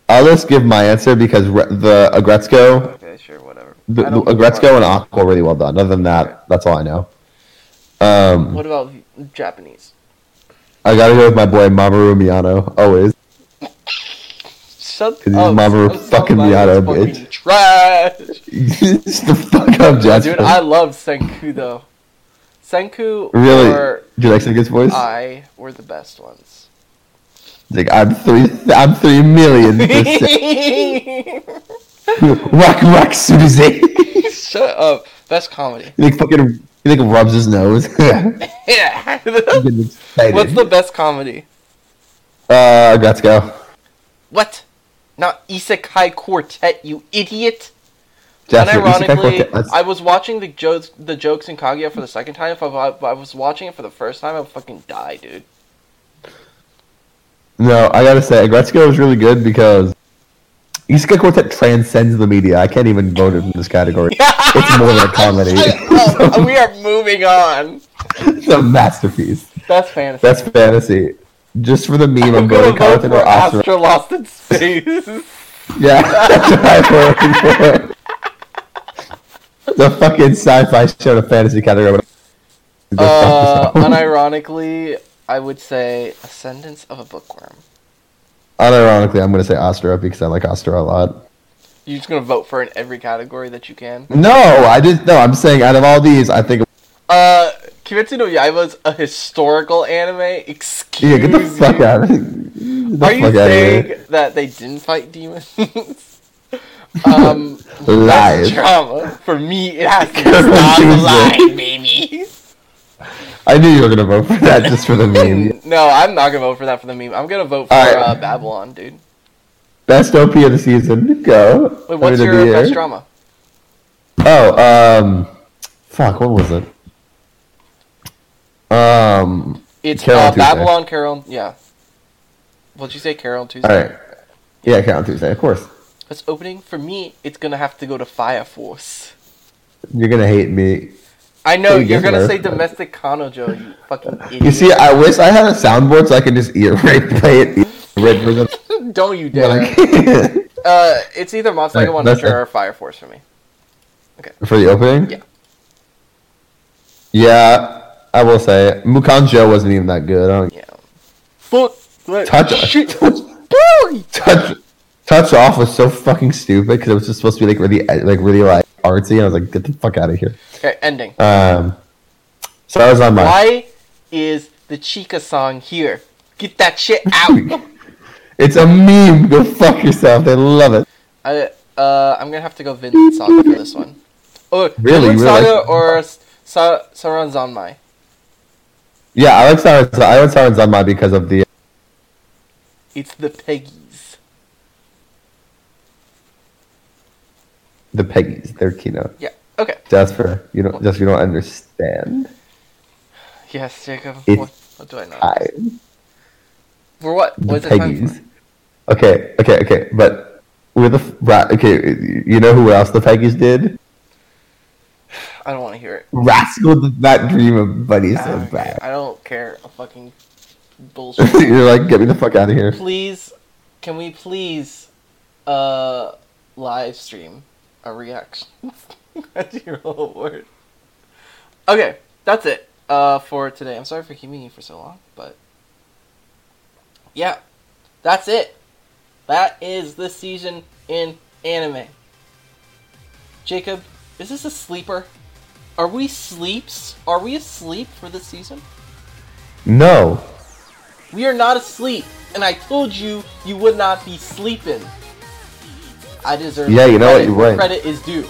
Speaker 2: I'll just give my answer because re- the Agretzko,
Speaker 1: Okay, sure, whatever.
Speaker 2: the,
Speaker 1: I
Speaker 2: the uh,
Speaker 1: don't-
Speaker 2: Agretzko and Aqua were really well done. Other than that, that's all I know. Um,
Speaker 1: What about Japanese?
Speaker 2: I gotta go with my boy Mamoru Miyano always.
Speaker 1: Shut
Speaker 2: His mama
Speaker 1: son-
Speaker 2: fucking
Speaker 1: son- son-
Speaker 2: Miata, bitch.
Speaker 1: fucking Trash.
Speaker 2: Shut the fuck up, Jasper.
Speaker 1: Dude, I love Senku though. Senku
Speaker 2: Really?
Speaker 1: or
Speaker 2: Do you like Senku's voice?
Speaker 1: I were the best ones.
Speaker 2: He's like, I'm three, I'm three million percent.
Speaker 1: Shut
Speaker 2: rock, rock, Suzuki.
Speaker 1: up. Best comedy.
Speaker 2: he like fucking, he like rubs his nose. Getting
Speaker 1: Yeah.
Speaker 2: excited.
Speaker 1: What's the best comedy?
Speaker 2: Uh, let's go.
Speaker 1: What? Not Isekai Quartet, you idiot. And
Speaker 2: Jasper, Isekai
Speaker 1: ironically,
Speaker 2: Quartet, let's-
Speaker 1: I was watching the jokes, the jokes in Kaguya for the second time. If I, if I was watching it for the first time, I would fucking die, dude.
Speaker 2: No, I gotta say, Gretzko was really good because Isekai Quartet transcends the media. I can't even vote it in this category. it's more than a comedy.
Speaker 1: Oh, we are moving on.
Speaker 2: it's a masterpiece.
Speaker 1: That's fantasy.
Speaker 2: That's fantasy. Just for the meme, I'm,
Speaker 1: I'm
Speaker 2: going
Speaker 1: gonna vote
Speaker 2: Carlton
Speaker 1: for
Speaker 2: or Oscar.
Speaker 1: Astra Lost in Space.
Speaker 2: yeah, that's what I'm voting for. The fucking sci-fi show to fantasy category. Go
Speaker 1: uh,
Speaker 2: fuck yourself.
Speaker 1: unironically, I would say Ascendance of a Bookworm.
Speaker 2: Unironically, I'm gonna say Ostro because I like Ostro a lot.
Speaker 1: You're just gonna vote for in every category that you can.
Speaker 2: No, I just no. I'm saying out of all these, I think
Speaker 1: Uh, Kimetsu no Yaiba is a historical anime. Excuse
Speaker 2: yeah. Get the fuck
Speaker 1: you.
Speaker 2: out of here.
Speaker 1: Are you
Speaker 2: fuck outta here.
Speaker 1: saying that they didn't fight demons? um, that's
Speaker 2: Lies.
Speaker 1: drama. For me, it has to
Speaker 2: Confused
Speaker 1: stop
Speaker 2: it.
Speaker 1: lying, baby.
Speaker 2: I knew you were gonna vote for that just for the meme.
Speaker 1: No, I'm not gonna vote for that for the meme. I'm gonna vote for
Speaker 2: Alright.
Speaker 1: uh, Babylon, dude.
Speaker 2: Best OP of the season. Go.
Speaker 1: Wait, what's
Speaker 2: I mean, of
Speaker 1: your
Speaker 2: the
Speaker 1: best
Speaker 2: year.
Speaker 1: drama?
Speaker 2: Oh, um, fuck. What was it? Um.
Speaker 1: It's
Speaker 2: Carol
Speaker 1: uh,
Speaker 2: on Tuesday.
Speaker 1: Babylon, Carol. Yeah. What'd you say, Carol on Tuesday?
Speaker 2: All right. Yeah, count on Tuesday. Of course.
Speaker 1: That's opening. For me, it's gonna have to go to Fire Force.
Speaker 2: You're gonna hate me.
Speaker 1: I know
Speaker 2: Hey,
Speaker 1: you're
Speaker 2: give
Speaker 1: gonna
Speaker 2: her-
Speaker 1: say domestic Kanojo, you fucking idiot.
Speaker 2: You see, I wish I had a soundboard so I could just eat right play it. Eat right for them.
Speaker 1: Don't you
Speaker 2: But
Speaker 1: dare.
Speaker 2: I can't.
Speaker 1: Uh, it's either Monster Hunter
Speaker 2: Alright,
Speaker 1: One
Speaker 2: that's
Speaker 1: Hunter
Speaker 2: it.
Speaker 1: or Fire Force for me.
Speaker 2: for the opening.
Speaker 1: Yeah.
Speaker 2: Yeah, I will say Mukanjo wasn't even that good. I don't
Speaker 1: Yeah. Fuck. Like,
Speaker 2: Touch-
Speaker 1: shit.
Speaker 2: touch-
Speaker 1: Boy.
Speaker 2: touch touch off was so fucking stupid because it was just supposed to be like really like really like artsy and i was like get the fuck out of here
Speaker 1: Okay, ending.
Speaker 2: um so that was on my
Speaker 1: Why is the Chica song here? Get that shit out.
Speaker 2: it's a meme go fuck yourself they love it
Speaker 1: I uh, I'm gonna have to go Vinland Saga for this one. Oh,
Speaker 2: Really?
Speaker 1: Vinland
Speaker 2: You really
Speaker 1: Saga
Speaker 2: like-
Speaker 1: or S- Sa- Saran Zanmai?
Speaker 2: yeah i like Siren, i like Siren Zanmai because of the
Speaker 1: It's the Peggies.
Speaker 2: the peggies their keynote
Speaker 1: Yeah. Okay.
Speaker 2: jasper you don't just you don't understand
Speaker 1: Yes, Jacob.
Speaker 2: It's-
Speaker 1: What, what do I know?
Speaker 2: i
Speaker 1: For what?
Speaker 2: the
Speaker 1: What is it time
Speaker 2: peggies
Speaker 1: for?
Speaker 2: okay okay okay but we're the f- ra- okay you know who else the peggies did
Speaker 1: I don't want to hear it. Ah,
Speaker 2: rascal did not dream of buddy so
Speaker 1: Okay,
Speaker 2: bad
Speaker 1: I don't care. A fucking bullshit.
Speaker 2: you're like get me the fuck out of here
Speaker 1: please can we please uh live stream a reaction that's your whole word okay that's it uh for today i'm sorry for keeping you for so long but yeah that's it that is the season in anime jacob is this a sleeper are we sleeps are we asleep for this season
Speaker 2: No.
Speaker 1: We are not asleep, and I told you you would not be sleeping. I deserve
Speaker 2: Yeah, you know what?
Speaker 1: credit
Speaker 2: You're
Speaker 1: where
Speaker 2: right.
Speaker 1: Credit is due.